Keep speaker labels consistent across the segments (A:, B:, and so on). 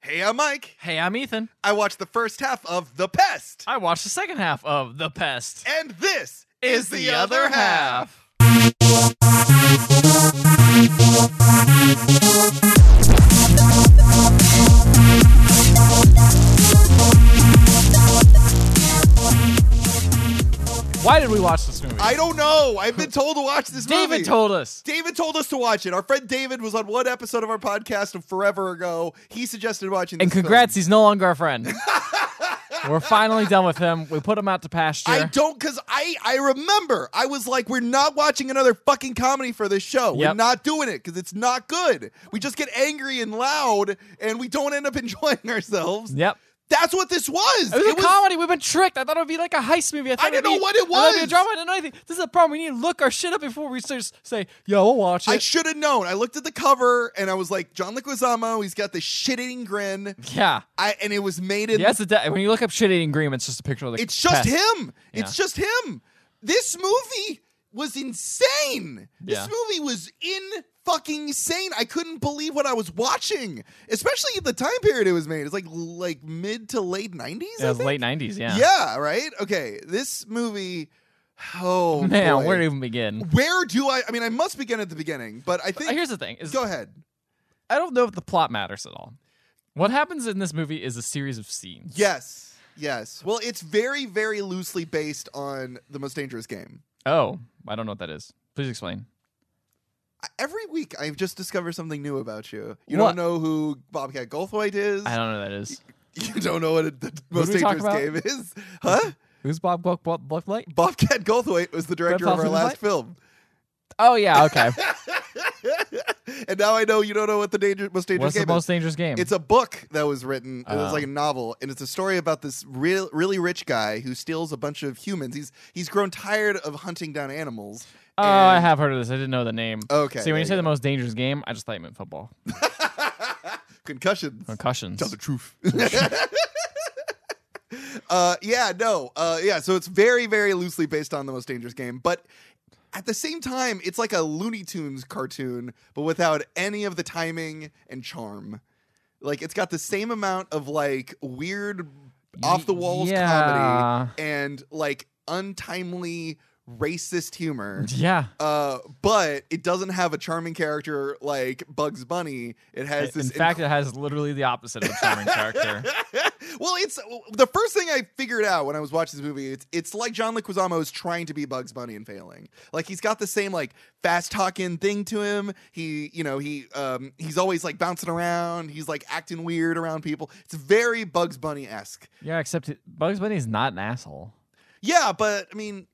A: Hey, I'm Mike.
B: Hey, I'm Ethan.
A: I watched the first half of The Pest.
B: I watched the second half of The Pest.
A: And this
B: Is the other half. Why did we watch this movie?
A: I don't know. I've been told to watch this movie.
B: David told us.
A: David told us to watch it. Our friend David was on one episode of our podcast of forever ago. He suggested watching this
B: And congrats,
A: film.
B: he's no longer our friend. We're finally done with him. We put him out to pasture.
A: I don't cuz I I remember. I was like we're not watching another fucking comedy for this show. We're
B: Yep.
A: not doing it cuz it's not good. We just get angry and loud and we don't end up enjoying ourselves.
B: Yep.
A: That's what this was.
B: It was a comedy. We've been tricked. I thought it would be like a heist movie. I, thought
A: didn't
B: it'd be-
A: know what it
B: I thought it'd be
A: was.
B: a drama. I didn't know anything. This is the problem. We need to look our shit up before we just say, "Yo, we'll watch it."
A: I should have known. I looked at the cover and I was like, John Leguizamo, he's got the shit-eating grin.
B: yeah.
A: I and it was made in
B: Yeah, it's a de- when you look up shit eating Graham, it's just a picture of the.
A: It's just
B: pest.
A: him. It's
B: Yeah.
A: just him. This movie was insane.
B: Yeah.
A: This movie was in fucking sane. I couldn't believe what I was watching, especially at the time period it was made. It's like like mid to late nineties.
B: Yeah, it was late '90s. Yeah.
A: Yeah. Right. Okay. This movie. Oh
B: Man,
A: boy.
B: where do we even begin? Uh,
A: Where do I? I mean, I must begin at the beginning, but I think.
B: Here's the thing: is
A: go ahead.
B: I don't know if the plot matters at all. What happens in this movie is a series of scenes.
A: Yes. Yes. Well, it's very, very loosely based on the most dangerous game.
B: Oh, I don't know what that is. Please explain.
A: Every week, I've just discovered something new about you. You
B: What?
A: don't know who Bobcat Goldthwait is.
B: I don't know what that is.
A: You don't know what it- the most
B: did we talk
A: dangerous game
B: about?
A: is, huh?
B: Who's Bob Buck Buck Bucklight?
A: Bobcat Goldthwait was the director of
B: Bob
A: our
B: Fosse
A: last
B: Light?
A: film,
B: Oh yeah, okay.
A: and now I know you don't know what the danger, most dangerous
B: What's the
A: game
B: most
A: is.
B: dangerous game?
A: It's a book that was written. It was
B: Oh.
A: like a novel, and it's a story about this real, really rich guy who steals a bunch of humans. He's he's grown tired of hunting down animals.
B: Oh, I
A: and-
B: have heard of this. I didn't know the name.
A: Okay,
B: See,
A: there
B: when
A: you
B: you say
A: go.
B: the most dangerous game, I just thought you meant football.
A: Concussions.
B: Concussions.
A: Tell the truth. uh, yeah, no, uh, yeah. So it's very, very loosely based on the most dangerous game, but at the same time, it's like a Looney Tunes cartoon, but without any of the timing and charm. Like it's got the same amount of like weird, off the walls
B: yeah.
A: comedy and like untimely racist humor.
B: Yeah.
A: Uh, but it doesn't have a charming character like Bugs Bunny. It has
B: In
A: this
B: fact, it has literally the opposite of a charming character.
A: well, it's the first thing I figured out when I was watching this movie. It's it's like John Leguizamo is trying to be Bugs Bunny and failing. Like he's got the same like fast talking thing to him. He you know he um he's always like bouncing around. He's like acting weird around people. It's very Bugs Bunny esque.
B: Yeah, except it, Bugs Bunny is not an asshole.
A: Yeah, but I mean,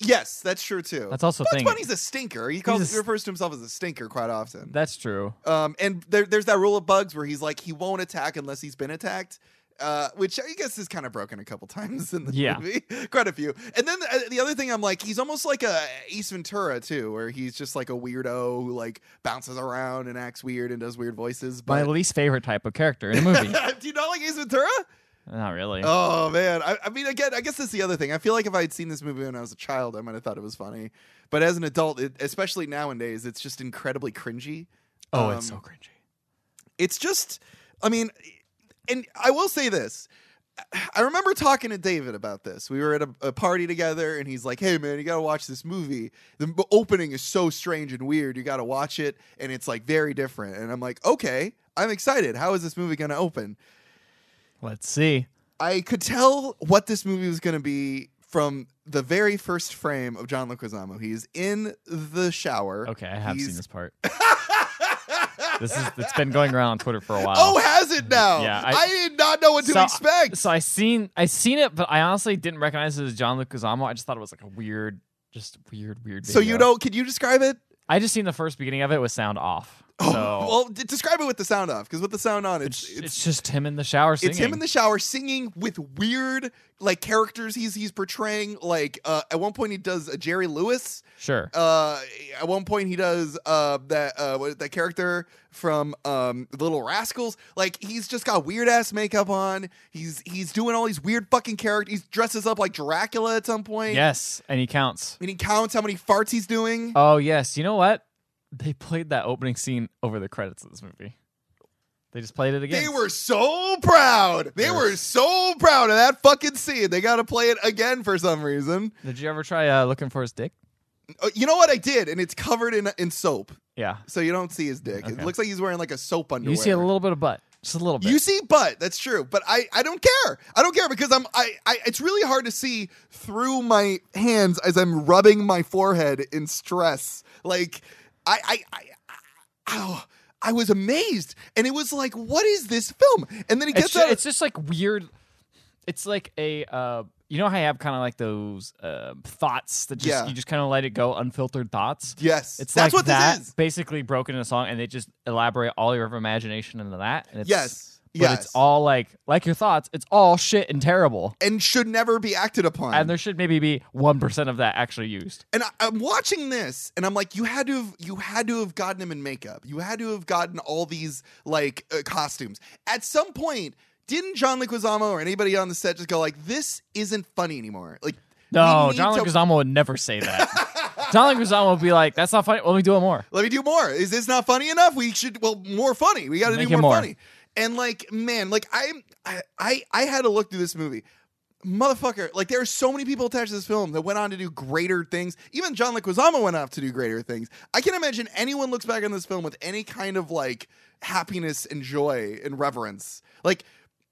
A: yes, that's true too.
B: That's also a
A: Bugs
B: thing.
A: Bunny's a stinker. He calls
B: a s-
A: he refers to himself as a stinker quite often.
B: That's true.
A: Um, and there, there's that rule of bugs where he's like he won't attack unless he's been attacked, uh, which I guess is kind of broken a couple times in the
B: Yeah.
A: movie, quite a few. And then uh, the, the other thing I'm like, he's almost like a Ace Ventura too, where he's just like a weirdo who like bounces around and acts weird and does weird voices.
B: My
A: But
B: least favorite type of character in a movie. Uh,
A: do you not like Ace Ventura?
B: not really.
A: Oh man, I, I mean, again, I guess that's the other thing. I feel like if I had seen this movie when I was a child, I might have thought it was funny. But as an adult, it, especially nowadays, it's just incredibly cringy.
B: oh, it's so
A: um,
B: cringy.
A: it's just i mean and i will say this i remember talking to david about this we were at a, a party together and he's like hey man you gotta watch this movie the m- opening is so strange and weird you gotta watch it and it's like very different and i'm like okay i'm excited how is this movie gonna open
B: Let's see.
A: i could tell what this movie was gonna be from the very first frame of John Leguizamo, he's in the shower.
B: Okay, I have seen
A: He's-
B: this part. this is it's been going around on Twitter for a while.
A: Oh, has it now?
B: Yeah,
A: I,
B: I-
A: did not know what to
B: So- uh,
A: expect.
B: So I seen I seen it, but I honestly didn't recognize it as John Leguizamo. I just thought it was like a weird, just weird, weird.
A: so you
B: video.
A: know, can you describe it?
B: I just seen the first beginning of it with sound off.
A: Oh,
B: so
A: well, d- describe it with the sound off, because with the sound on, it's
B: it's,
A: it's, it's,
B: it's just him in the shower singing.
A: him in the shower singing with weird like characters he's he's portraying. Like uh, at one point he does a Jerry Lewis.
B: sure.
A: Uh, at one point he does uh that uh what, that character from um The Little Rascals. Like he's just got weird ass makeup on. He's he's doing all these weird fucking characters. He dresses up like Dracula at some point.
B: yes, and he counts.
A: and he counts how many farts he's doing.
B: Oh yes, you know what? They played that opening scene over the credits of this movie. They just played it again.
A: They were so proud. They
B: Yes.
A: were so proud of that fucking scene. They got to play it again for some reason.
B: Did you ever try uh, looking for his dick?
A: Uh, you know what I did? And it's covered in in soap,
B: Yeah.
A: so you don't see his dick.
B: Okay.
A: It looks like he's wearing like a soap underwear.
B: You see a little bit of butt, just a little bit.
A: You see butt. That's true. But I, I don't care. I don't care because I'm I, I it's really hard to see through my hands as I'm rubbing my forehead in stress. Like I I I, I, ow. I was amazed and it was like what is this film? And then he
B: it's,
A: gets
B: ju-
A: out
B: it's just like weird. It's like a uh, you know how I have kind of like those uh, thoughts that just
A: Yeah.
B: you just kind of let it go, unfiltered thoughts.
A: Yes.
B: It's
A: that's
B: like
A: what
B: that,
A: this is.
B: basically broken in a song, and they just elaborate all your imagination into that. And it's,
A: Yes.
B: but
A: yes.
B: it's all like like your thoughts. It's all shit and terrible,
A: and should never be acted upon.
B: and there should maybe be one percent of that actually used.
A: and I, I'm watching this, and I'm like, you had to have, you had to have gotten him in makeup. You had to have gotten all these like uh, costumes. At some point, didn't John Leguizamo or anybody on the set just go like, this isn't funny anymore? Like, we
B: No,
A: need
B: John
A: to-
B: Leguizamo would never say that. John Leguizamo would be like, "That's not funny. Let me do it more."
A: Let me do more. Is this not funny enough? We should well more funny. We got to do
B: Make
A: more,
B: it more.
A: funny. And like man, like I'm I, I I had to look through this movie. Motherfucker, like there are so many people attached to this film that went on to do greater things. Even John Leguizamo went off to do greater things. I can't imagine anyone looks back on this film with any kind of like happiness and joy and reverence. Like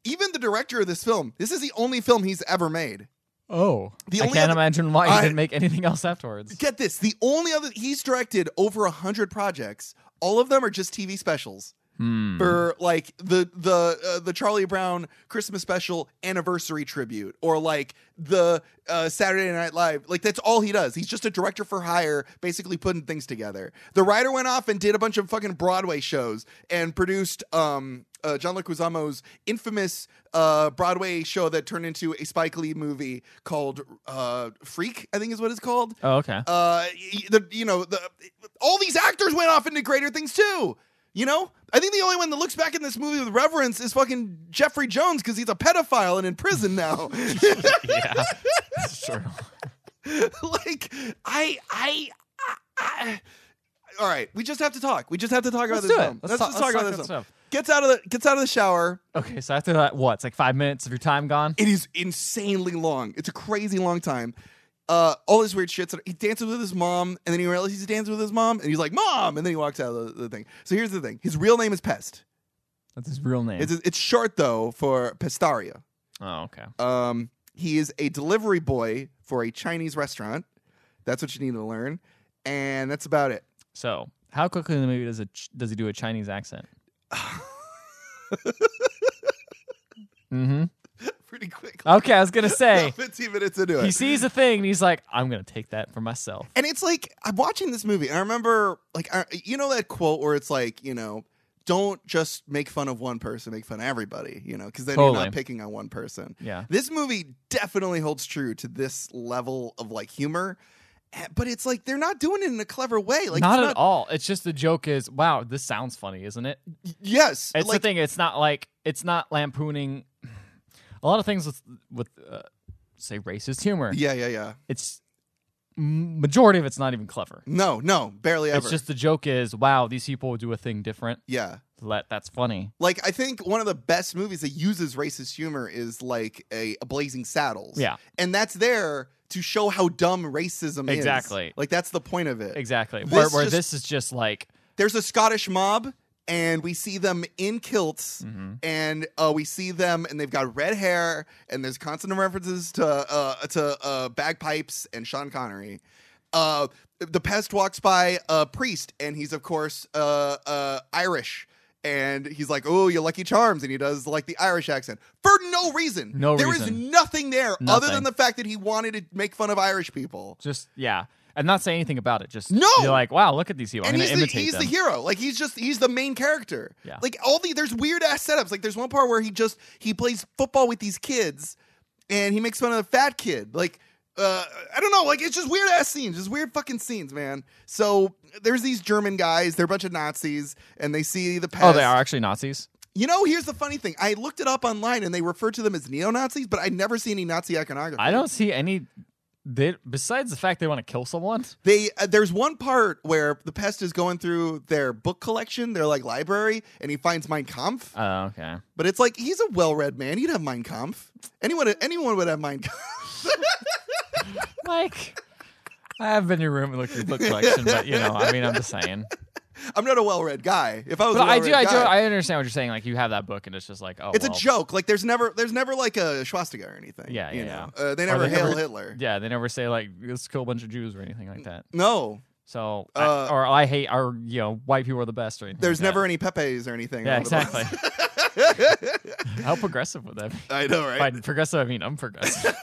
A: even the director of this film, this is the only film he's ever made.
B: Oh,
A: The
B: I
A: only
B: can't
A: other-
B: imagine why he
A: I-
B: didn't make anything else afterwards.
A: Get this, the only other he's directed over a hundred projects. All of them are just TV specials.
B: Hmm.
A: for like the the uh, the Charlie Brown Christmas special anniversary tribute or like the uh, Saturday Night Live. Like that's all he does. He's just a director for hire, basically putting things together. The writer went off and did a bunch of fucking Broadway shows and produced um uh, John Leguizamo's infamous uh, Broadway show that turned into a Spike Lee movie called uh, Freak, I think is what it's called
B: Oh, okay.
A: uh, y- the you know the all these actors went off into greater things too. You know, I think the only one that looks back in this movie with reverence is fucking Jeffrey Jones because he's a pedophile and in prison now.
B: yeah, that's true.
A: like I, I, I, I- all right, we just have to talk. We just have to talk about
B: Let's
A: this
B: do it.
A: film.
B: Let's, ta-
A: just talk, about
B: that
A: this film.
B: stuff.
A: Gets out of the gets out of the shower.
B: Okay, so after that, what? It's like five minutes of your time gone.
A: It is insanely long. It's a crazy long time. Uh, all this weird shit. So he dances with his mom, and then he realizes he's dancing with his mom, and he's like, "Mom!" And then he walks out of the, the thing. So here's the thing: his real name is Pest.
B: That's his real name.
A: It's it's short though for Pestaria.
B: oh, okay.
A: Um, he is a delivery boy for a Chinese restaurant. That's what you need to learn, and that's about it.
B: So, how quickly in the movie does it does he do a Chinese accent? mm-hmm.
A: Pretty quick.
B: Okay, I was gonna say
A: Fifteen minutes into it.
B: he sees a thing and he's like, "I'm gonna take that for myself."
A: And it's like I'm watching this movie, and I remember, like, I, you know that quote where it's like, you know, don't just make fun of one person, make fun of everybody, you know, because then you're
B: Totally.
A: not picking on one person.
B: Yeah.
A: This movie definitely holds true to this level of like humor, eh, but it's like they're not doing it in a clever way. Like,
B: not
A: it's
B: at all. It's just the joke is, wow, this sounds funny, isn't it?
A: Yes,
B: It's
A: like
B: the thing. It's not like it's not lampooning. A lot of things with with uh, say racist humor.
A: yeah, yeah, yeah.
B: It's m- majority of it's not even clever.
A: No, no, barely ever.
B: It's just the joke is, wow, these people do a thing different.
A: yeah.
B: Let that's funny.
A: Like I think one of the best movies that uses racist humor is like a, a Blazing Saddles.
B: Yeah.
A: and that's there to show how dumb racism is.
B: Exactly.
A: Like that's the point of it.
B: Exactly.
A: This
B: where where
A: just-
B: this is just like
A: There's a Scottish mob, and we see them in kilts,
B: Mm-hmm.
A: and uh, we see them, and they've got red hair, and there's constant references to uh, to uh, bagpipes and Sean Connery. Uh, the pest walks by a priest, and he's of course uh, uh, Irish. And he's like, "Oh, you lucky charms," and he does like the Irish accent for no reason.
B: No
A: There is
B: reason.
A: nothing there other
B: Nothing.
A: than the fact that he wanted to make fun of Irish people.
B: just yeah. And not say anything about it. Just
A: No!
B: You're like, wow, look at these people. I'm
A: and
B: gonna
A: he's the,
B: imitate
A: he's
B: them.
A: the hero. Like he's just he's the main character.
B: Yeah.
A: Like all the there's weird ass setups. Like there's one part where he just he plays football with these kids, and he makes fun of the fat kid. Like uh, I don't know. Like it's just weird ass scenes, just weird fucking scenes, man. So there's these German guys. They're a bunch of Nazis, and they see the past.
B: oh, they are actually Nazis.
A: You know, here's the funny thing. I looked it up online, and they refer to them as neo Nazis, but I never see any Nazi iconography.
B: I don't see any they besides the fact they want to kill someone,
A: They uh, there's one part where the pest is going through their book collection, their like library, and he finds Mein Kampf.
B: oh okay.
A: But it's like he's a well-read man. He'd have Mein Kampf. Anyone anyone would have Mein Kampf.
B: Mike, I have been in your room and looked at your book collection, but you know, I mean, I'm just saying.
A: I'm not a well-read guy. If I was,
B: But
A: a
B: I
A: well-read
B: do, I do,
A: guy-
B: I understand what you're saying. Like you have that book, and it's just like, oh,
A: it's
B: well.
A: a joke. Like there's never there's never like a swastika or anything.
B: Yeah,
A: you
B: yeah, yeah.
A: know? Uh, they
B: Or
A: never
B: they
A: hail
B: never-
A: Hitler.
B: Yeah, they never say like let's kill a bunch of Jews or anything like that.
A: No,
B: So,
A: Uh,
B: I, or I hate, or you know, white people are the best or anything.
A: there's
B: like
A: never any Pepe's or anything.
B: That. Yeah,
A: on the box.
B: exactly. How progressive would that be?
A: I know, right?
B: By progressive, I mean I'm progressive.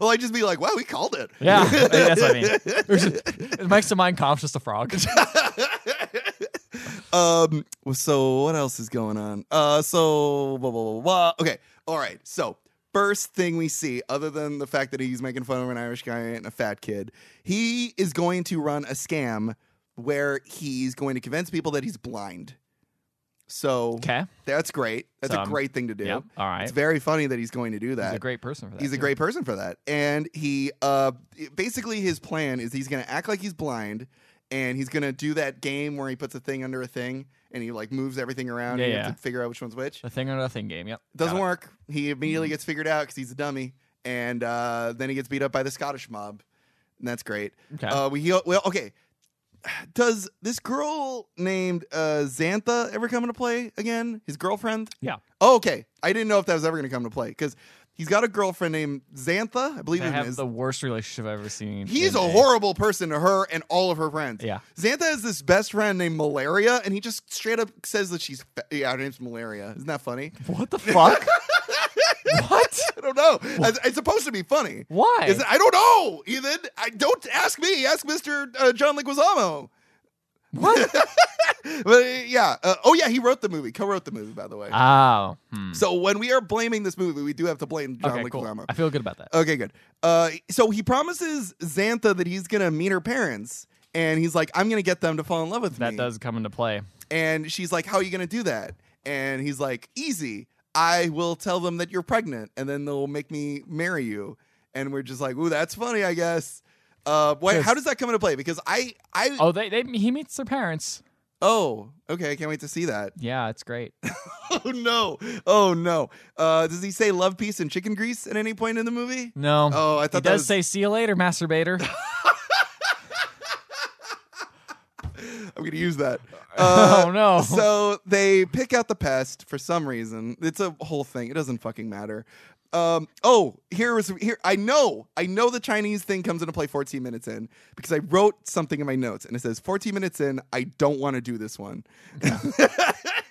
A: Well, I'd just be like, wow, we called it.
B: Yeah, I mean, that's what I mean. There's just- Mike's mind comp's just a frog.
A: um. well, So what else is going on? Uh. So blah blah blah. blah. Okay. All right. So first thing we see, other than the fact that he's making fun of an Irish guy and a fat kid, he is going to run a scam where he's going to convince people that he's blind. So
B: Okay.
A: that's great. That's
B: So,
A: a
B: um,
A: great thing to do.
B: Yep. All right.
A: It's very funny that he's going to do
B: He's
A: that.
B: a great person for that.
A: He's a
B: too.
A: great person for that. And he uh basically his plan is he's going to act like he's blind and he's going to do that game where he puts a thing under a thing and he like moves everything around
B: Yeah,
A: and you have
B: yeah.
A: to figure out which one's which.
B: The thing or nothing game. Yep.
A: Doesn't
B: Got it. Mm-hmm.
A: work. He immediately gets figured out cuz he's a dummy and uh then he gets beat up by the Scottish mob. And that's great.
B: Okay.
A: Uh we heal- well okay. Does this girl named uh Xantha ever come into play again? His girlfriend?
B: yeah.
A: Oh, okay. I didn't know if that was ever going to come to play because he's got a girlfriend named Xantha, I believe
B: They
A: it
B: have
A: is.
B: the worst relationship I've ever seen.
A: He's
B: in
A: a horrible person to her and all of her friends.
B: Yeah.
A: Xantha has this best friend named Malaria, and he just straight up says that she's fa- yeah, her name's Malaria. Isn't that funny?
B: What the fuck? what?
A: I don't know. It's, it's supposed to be funny.
B: Why?
A: Is it, I don't know, Ethan. I don't ask me. Ask Mister uh, John Leguizamo.
B: what?
A: But uh, yeah. Uh, oh yeah, he wrote the movie. Co-wrote the movie, by the way.
B: oh. hmm.
A: so when we are blaming this movie, we do have to blame John
B: okay,
A: Leguizamo.
B: cool. I feel good about that.
A: Okay, good. Uh, so he promises Xantha that he's gonna meet her parents, and he's like, "I'm gonna get them to fall in love with
B: that
A: me."
B: does come into play.
A: And she's like, "How are you gonna do that?" And he's like, "Easy. I will tell them that you're pregnant, and then they'll make me marry you." And we're just like, "Ooh, that's funny, I guess." Uh, wait,
B: Yes.
A: how does that come into play? Because I, I, oh,
B: Oh, they, they he meets their parents.
A: okay, I can't wait to see that.
B: Yeah, it's great.
A: oh no, oh no. Uh, does he say love, peace, and chicken grease at any point in the movie?
B: No.
A: Oh, I thought
B: Mm. he
A: that
B: does
A: was-
B: say see you later, masturbator.
A: I'm gonna use that. Uh,
B: oh no.
A: so they pick out the pest for some reason. It's a whole thing. It doesn't fucking matter. Um, oh, here was here. I know, I know the Chinese thing comes into play 14 minutes in because I wrote something in my notes and it says 14 minutes in. I don't want to do this one.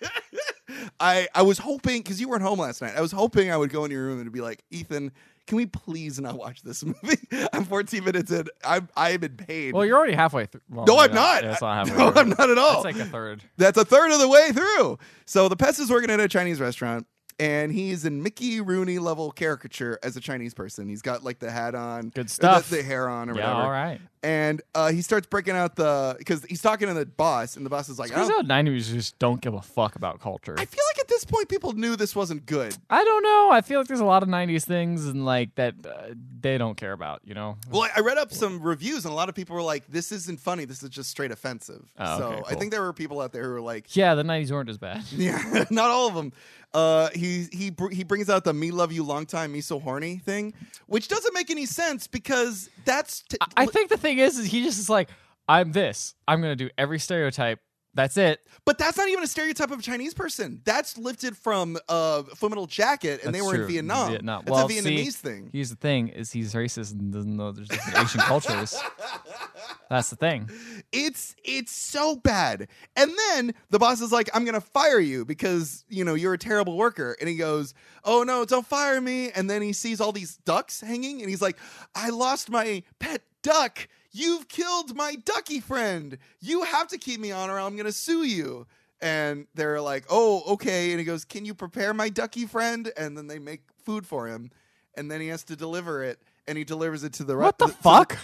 A: I I was hoping because you weren't home last night. I was hoping I would go in your room and be like, Ethan, can we please not watch this movie? I'm 14 minutes in. I'm I'm in pain.
B: well, you're already halfway through. Well,
A: no, I'm
B: yeah,
A: not.
B: yeah, It's not halfway
A: no,
B: through.
A: I'm not at all.
B: It's like a third.
A: That's a third of the way through. So the pest is working at a Chinese restaurant, and he's in Mickey Rooney level caricature as a Chinese person. He's got like the hat on,
B: Good
A: or
B: stuff.
A: the, the hair on, or
B: Yeah,
A: whatever.
B: all right.
A: And uh, he starts breaking out the because he's talking to the boss, and the boss is like, I,
B: Turns
A: don't-
B: out 90s just don't give a fuck about culture.
A: I feel like at this point people knew this wasn't good.
B: I don't know. I feel like there's a lot of '90s things and like that uh, they don't care about. You know.
A: Well, I- I read up some reviews, and a lot of people were like, "This isn't funny. This is just straight offensive."
B: Oh,
A: so
B: okay,
A: I
B: cool.
A: think there were people out there who were like,
B: yeah, the '90s weren't as bad.
A: Yeah, not all of them. Uh, he he br- he brings out the "me love you long time, me so horny" thing, which doesn't make any sense because that's t-
B: I think the thing is, is he just is like, I'm this. I'm gonna do every stereotype. That's it.
A: but that's not even a stereotype of a Chinese person. That's lifted from uh, Full Jacket, and they
B: That's
A: were in
B: true.
A: Vietnam.
B: Vietnam.
A: That's
B: Well,
A: a
B: see-
A: Vietnamese thing.
B: Here's the thing: is he's racist and doesn't know there's different Asian cultures. That's the thing.
A: It's it's so bad. And then the boss is like, "I'm gonna fire you because you know you're a terrible worker." And he goes, "Oh no, don't fire me!" And then he sees all these ducks hanging, and he's like, "I lost my pet duck. You've killed my ducky friend. You have to keep me on, or I'm gonna sue you." And they're like, "Oh, okay." And he goes, "Can you prepare my ducky friend?" And then they make food for him, and then he has to deliver it. And he delivers it to the
B: What the
A: to
B: fuck?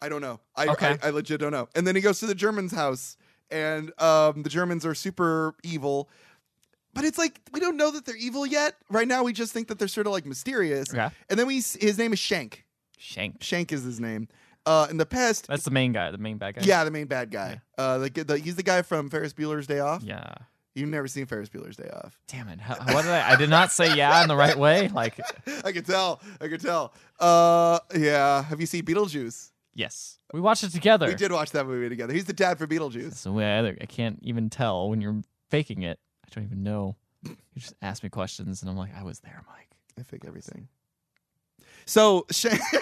A: I don't know. I,
B: Okay.
A: I I legit don't know. And then he goes to the German's house, and um, the Germans are super evil. But it's like we don't know that they're evil yet. Right now, we just think that they're sort of like mysterious.
B: Okay.
A: And then we s- his name is Shank.
B: Shank.
A: Shank is his name. Uh, in the past,
B: That's the main guy, the main bad guy.
A: yeah, the main bad guy. Uh, the, the, he's the guy from Ferris Bueller's Day Off.
B: Yeah.
A: You've never seen Ferris Bueller's Day Off.
B: Damn it. How, what did I? I did not say yeah in the right way. Like,
A: I could tell. I could tell. Uh, yeah. Have you seen Beetlejuice?
B: yes. We watched it together.
A: We did watch that movie together. He's the dad for Beetlejuice.
B: So I, either, I can't even tell when you're faking it. I don't even know. You just ask me questions, and I'm like, I was there, Mike.
A: I think everything. So Shank.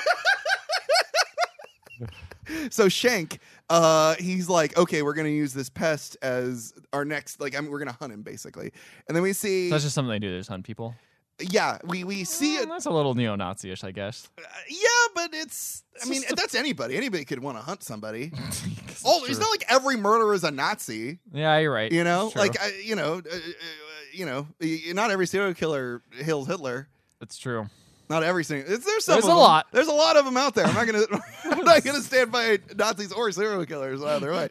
A: so Shank, uh, he's like, okay, we're gonna use this pest as our next. Like, I mean, we're gonna hunt him basically, and then we see.
B: So that's just something they do. They just hunt people.
A: yeah, we we see
B: Mm,
A: it. uh,
B: that's a little neo-Nazi-ish, I guess.
A: Yeah, but it's. I mean,
B: just a-
A: that's anybody. Anybody could want to hunt somebody.
B: 'Cause it's
A: Oh, it's
B: true.
A: not like every murderer is a Nazi.
B: Yeah, you're right.
A: You know,
B: It's true.
A: like I, you know, uh, uh, you know, y- y- not every serial killer hails Hitler.
B: it's true.
A: Not every single. It's, there's some.
B: There's
A: of
B: a
A: 'em.
B: lot.
A: There's a lot of them out there. I'm not gonna. I'm not gonna stand by Nazis or serial killers either way.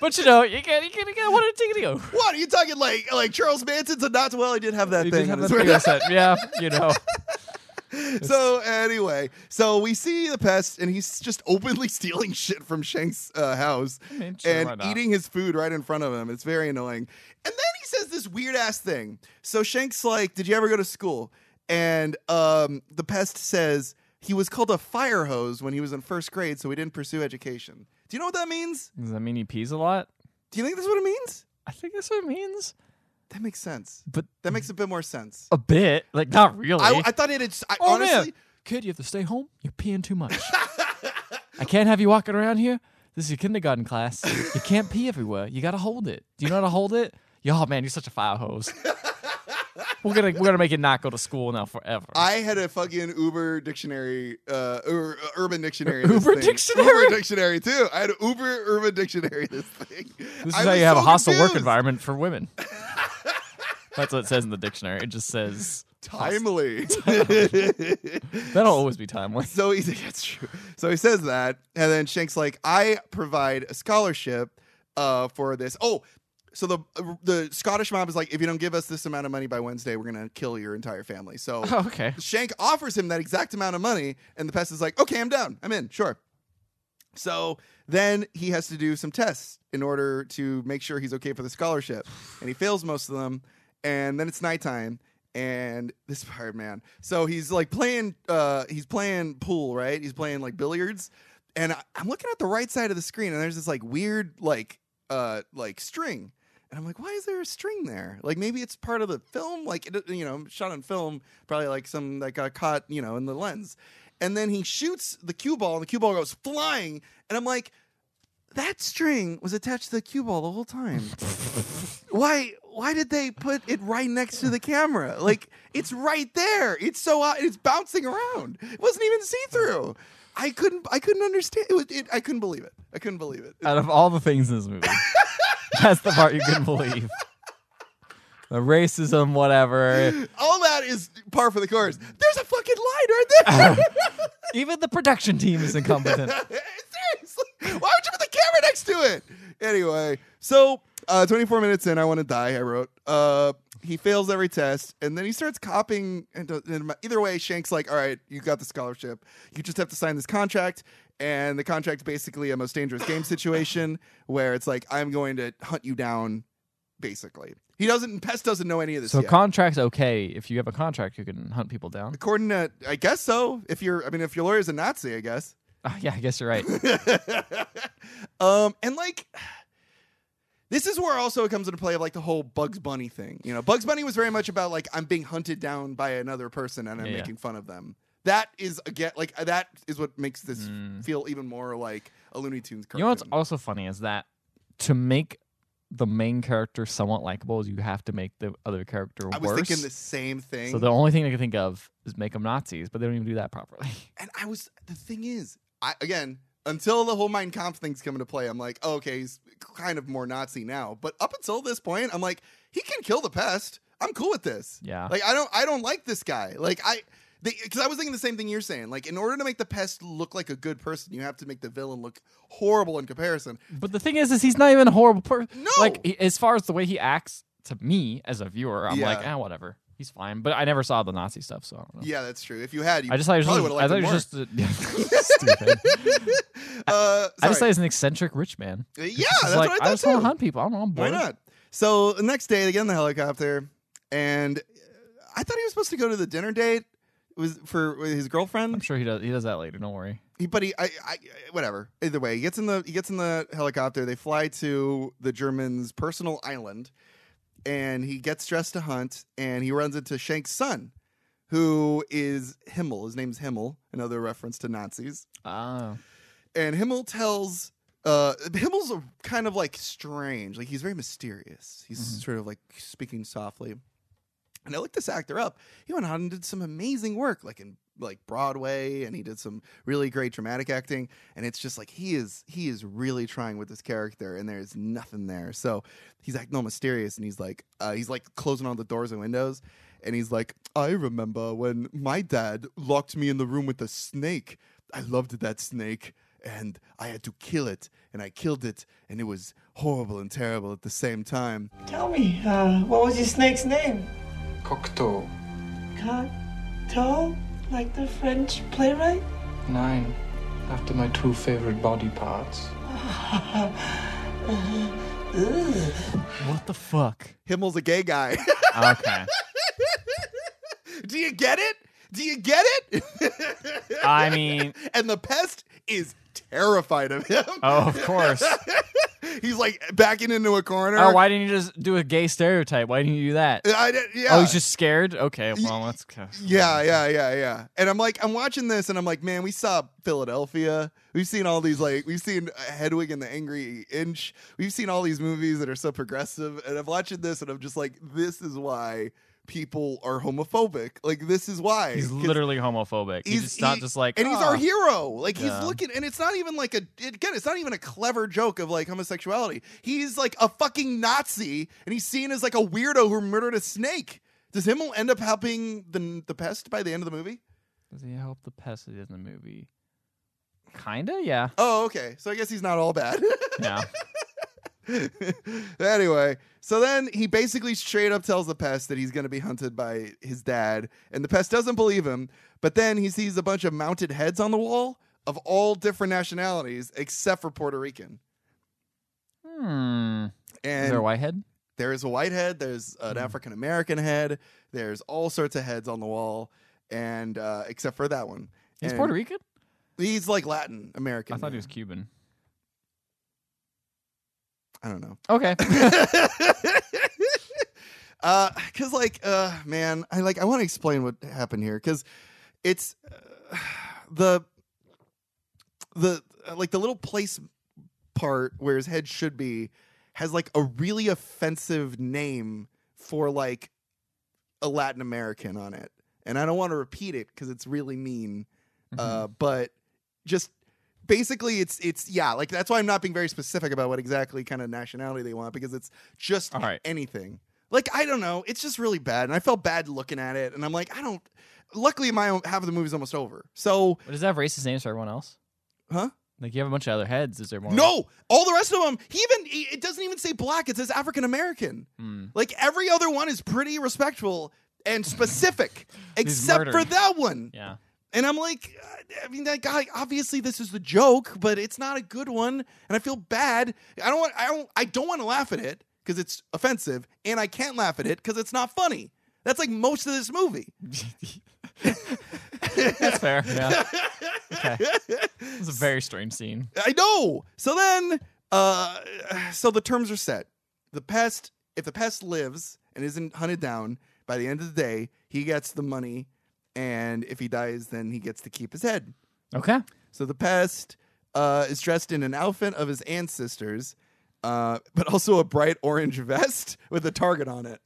B: But you know, you can't. You can't. You can't what a tickety
A: what are you talking like? Like Charles Manson's a Nazi? Well, he did have that
B: You
A: thing.
B: just have
A: in
B: that
A: his-
B: thing that said, yeah, you know.
A: so anyway, so we see the pest, and he's just openly stealing shit from Shank's uh, house
B: I mean, sure, why
A: and
B: not?
A: eating his food right in front of him. It's very annoying. And then he says this weird ass thing. So Shank's like, "Did you ever go to school?" And um, the pest says he was called a fire hose when he was in first grade, so he didn't pursue education. Do you know what that means?
B: Does that mean he pees a lot?
A: Do you think that's what it means?
B: I think that's what it means.
A: That makes sense.
B: But
A: That makes a bit more sense.
B: a bit, like not really.
A: I, I thought it had. I,
B: oh
A: honestly,
B: man, kid, you have to stay home. You're peeing too much. I can't have you walking around here. This is your kindergarten class. You can't pee everywhere. You gotta hold it. Do you know how to hold it? Yo, man, you're such a fire hose. We're gonna we're gonna make it not go to school now forever.
A: I had a fucking Uber dictionary, uh, Ur- urban dictionary. this
B: Uber
A: thing.
B: dictionary?
A: Uber dictionary too. I had an Uber urban dictionary. This thing.
B: this is
A: I
B: how
A: was
B: you have
A: so
B: a hostile work
A: confused.
B: environment for women. That's what it says in the dictionary. It just says
A: Timely.
B: that'll always be timely.
A: so he that's true. So he says that, and then Shank's like, "I provide a scholarship uh, for this." Oh. So the the Scottish mob is like, if you don't give us this amount of money by Wednesday, we're gonna kill your entire family. So
B: Oh, okay.
A: Shank offers him that exact amount of money, and the pest is like, okay, I'm down. I'm in. Sure. So then he has to do some tests in order to make sure he's okay for the scholarship. And he fails most of them. And then it's nighttime. And this part, man. So he's like playing, uh, he's playing pool, right? He's playing like billiards. And I, I'm looking at the right side of the screen, and there's this like weird, like, uh, like string. And I'm like, why is there a string there? Like maybe it's part of the film, like it, you know, shot on film, probably like some that got caught, you know, in the lens. And then he shoots the cue ball, and the cue ball goes flying. And I'm like, that string was attached to the cue ball the whole time. why? Why did they put it right next to the camera? Like it's right there. It's so out- it's bouncing around. It wasn't even see through. I couldn't. I couldn't understand. It was. It, I couldn't believe it. I couldn't believe it.
B: Out of all the things in this movie, that's the part you couldn't believe. The racism, whatever.
A: All that is par for the course. There's a fucking line right
B: Even the production team is incompetent.
A: there. Seriously, why would you put the camera next to it? Anyway, so uh, 24 minutes in, I want to die. I wrote. Uh, he fails every test, and then he starts copying. And, does- and either way, Shank's like, "All right, you got the scholarship. You just have to sign this contract." And the contract's basically a most dangerous game situation where it's like, "I'm going to hunt you down." Basically, he doesn't. Pest doesn't know any of this.
B: So
A: yet.
B: contracts okay. If you have a contract, you can hunt people down.
A: According to, I guess so. If you're, I mean, if your lawyer's a Nazi, I guess.
B: Oh, yeah, I guess you're right.
A: um, and like, this is where also it comes into play of like the whole Bugs Bunny thing. You know, Bugs Bunny was very much about like I'm being hunted down by another person and I'm
B: Yeah.
A: making fun of them. That is again like that is what makes this
B: Mm.
A: feel even more like a Looney Tunes cartoon.
B: You know what's also funny is that to make the main character somewhat likable is you have to make the other character
A: I was
B: worse.
A: thinking the same thing.
B: so the only thing I can think of is make them Nazis, but they don't even do that properly.
A: And I was the thing is, I again until the whole Mein Kampf things come into play, I'm like, oh, okay, he's kind of more Nazi now. But up until this point, I'm like, he can kill the pest. I'm cool with this.
B: Yeah.
A: Like I don't, I don't like this guy. Like I, because I was thinking the same thing you're saying. Like in order to make the pest look like a good person, you have to make the villain look horrible in comparison.
B: But the thing is, is he's not even a horrible person.
A: No.
B: Like he- as far as the way he acts to me as a viewer, I'm like,
A: Yeah.
B: ah, whatever. He he's fine. But I never saw the Nazi stuff, so I don't know.
A: Yeah, that's true. If you had, you
B: I just thought he was
A: probably
B: just,
A: would
B: I
A: have liked
B: thought he
A: him more.
B: was just a- stupid.
A: uh,
B: I just thought he
A: sorry.
B: was an eccentric rich man.
A: yeah,
B: Just
A: that's
B: like,
A: what I
B: I
A: thought
B: just want
A: too.
B: to hunt people. I don't know. I'm
A: Why
B: bored.
A: not? So the next day, they get in the helicopter, and uh, I thought he was supposed to go to the dinner date was for with his
B: I'm
A: girlfriend.
B: sure he does. He does that later. Don't worry.
A: He, but he, I, I, whatever. Either way, he gets in the he gets in the helicopter. They fly to the Germans' personal island, and he gets dressed to hunt, and he runs into Shank's son, who is Himmel. His name's Himmel. Another reference to Nazis. Ah.
B: Oh,
A: and Himmel tells uh Himmel's a kind of like strange. Like he's very mysterious. He's
B: Mhm.
A: sort of like speaking softly. And I looked this actor up. He went on and did some amazing work, like in like Broadway, and he did some really great dramatic acting. And it's just like he is he is really trying with this character, and there is nothing there. So he's acting all mysterious, and he's like uh, he's like closing all the doors and windows, and he's like, I remember when my dad locked me in the room with a snake. I loved that snake, and I had to kill it, and I killed it, and it was horrible and terrible at the same time.
C: Tell me, uh, what was your snake's name?
D: Cocteau.
C: Cocteau? Like the French playwright?
D: Nine. After my two favorite body parts.
B: what the fuck?
A: Himmel's a gay guy.
B: Okay,
A: Do you get it? Do you get it?
B: I mean,
A: and the pest is terrified of him.
B: oh, of course.
A: He's like backing into a corner.
B: Oh, why didn't you just do a gay stereotype? Why didn't you do that?
A: I did- yeah.
B: Oh, he's just scared. Okay, well, that's kind of-
A: Yeah, yeah, yeah, yeah. And I'm like, I'm watching this, and I'm like, man, we saw Philadelphia. We've seen all these, like, we've seen Hedwig and the Angry Inch. We've seen all these movies that are so progressive. And I'm watching this, and I'm just like, this is why people are homophobic. Like, this is why
B: He's
A: 'Cause
B: literally homophobic. He's, just not
A: he-
B: just like,
A: and he's
B: "Ah."
A: our hero. Like
B: Yeah.
A: he's looking, and it's not even like a again, it's not even a clever joke of like homosexuality. He's like a fucking Nazi, and he's seen as like a weirdo who murdered a snake. Does Himmel end up helping the the pest by the end of the movie?
B: Does he help the pest in the movie? Kinda, yeah.
A: Oh, okay. So I guess he's not all bad.
B: Yeah.
A: anyway, so then he basically straight up tells the pest that he's going to be hunted by his dad, and the pest doesn't believe him. But then he sees a bunch of mounted heads on the wall of all different nationalities except for Puerto Rican.
B: hmm.
A: And
B: Is there a Hmm. whitehead?
A: there is a white head, there's an African American head, there's all sorts of heads on the wall, and uh, except for that one,
B: He's
A: And
B: Puerto Rican.
A: He's like Latin American.
B: I thought he
A: now.
B: was Cuban.
A: I don't know.
B: Okay.
A: uh cuz like uh man i like i want to explain what happened here cuz it's uh, the the uh, like the little place part where his head should be has like a really offensive name for like a latin american on it and i don't want to repeat it cuz it's really mean uh
B: Mm-hmm.
A: but just basically it's it's yeah like that's why i'm not being very specific about what exactly kind of nationality they want because it's just
B: All right.
A: anything like i don't know it's just really bad and i felt bad looking at it and i'm like i don't luckily my own, half of the movie's almost over so
B: But does that have racist names for everyone else?
A: Huh?
B: Like you have a bunch of other heads. Is there more?
A: no all the rest of them he even he- it doesn't even say black it says african american
B: Hmm.
A: like every other one is pretty respectful and specific except for
B: murdered.
A: that one
B: Yeah.
A: And I'm like, uh, I mean, that guy. Obviously, this is the joke, but it's not a good one, and I feel bad. I don't want. I don't. I don't want to laugh at it because it's offensive, and I can't laugh at it because it's not funny. That's like most of this movie.
B: That's fair. Yeah. Okay. It's a very strange scene.
A: I know. So then, uh, so the terms are set. The pest, if the pest lives and isn't hunted down by the end of the day, he gets the money, and if he dies, then he gets to keep his head.
B: Okay.
A: So the pest uh, is dressed in an outfit of his ancestors, uh, but also a bright orange vest with a target on it.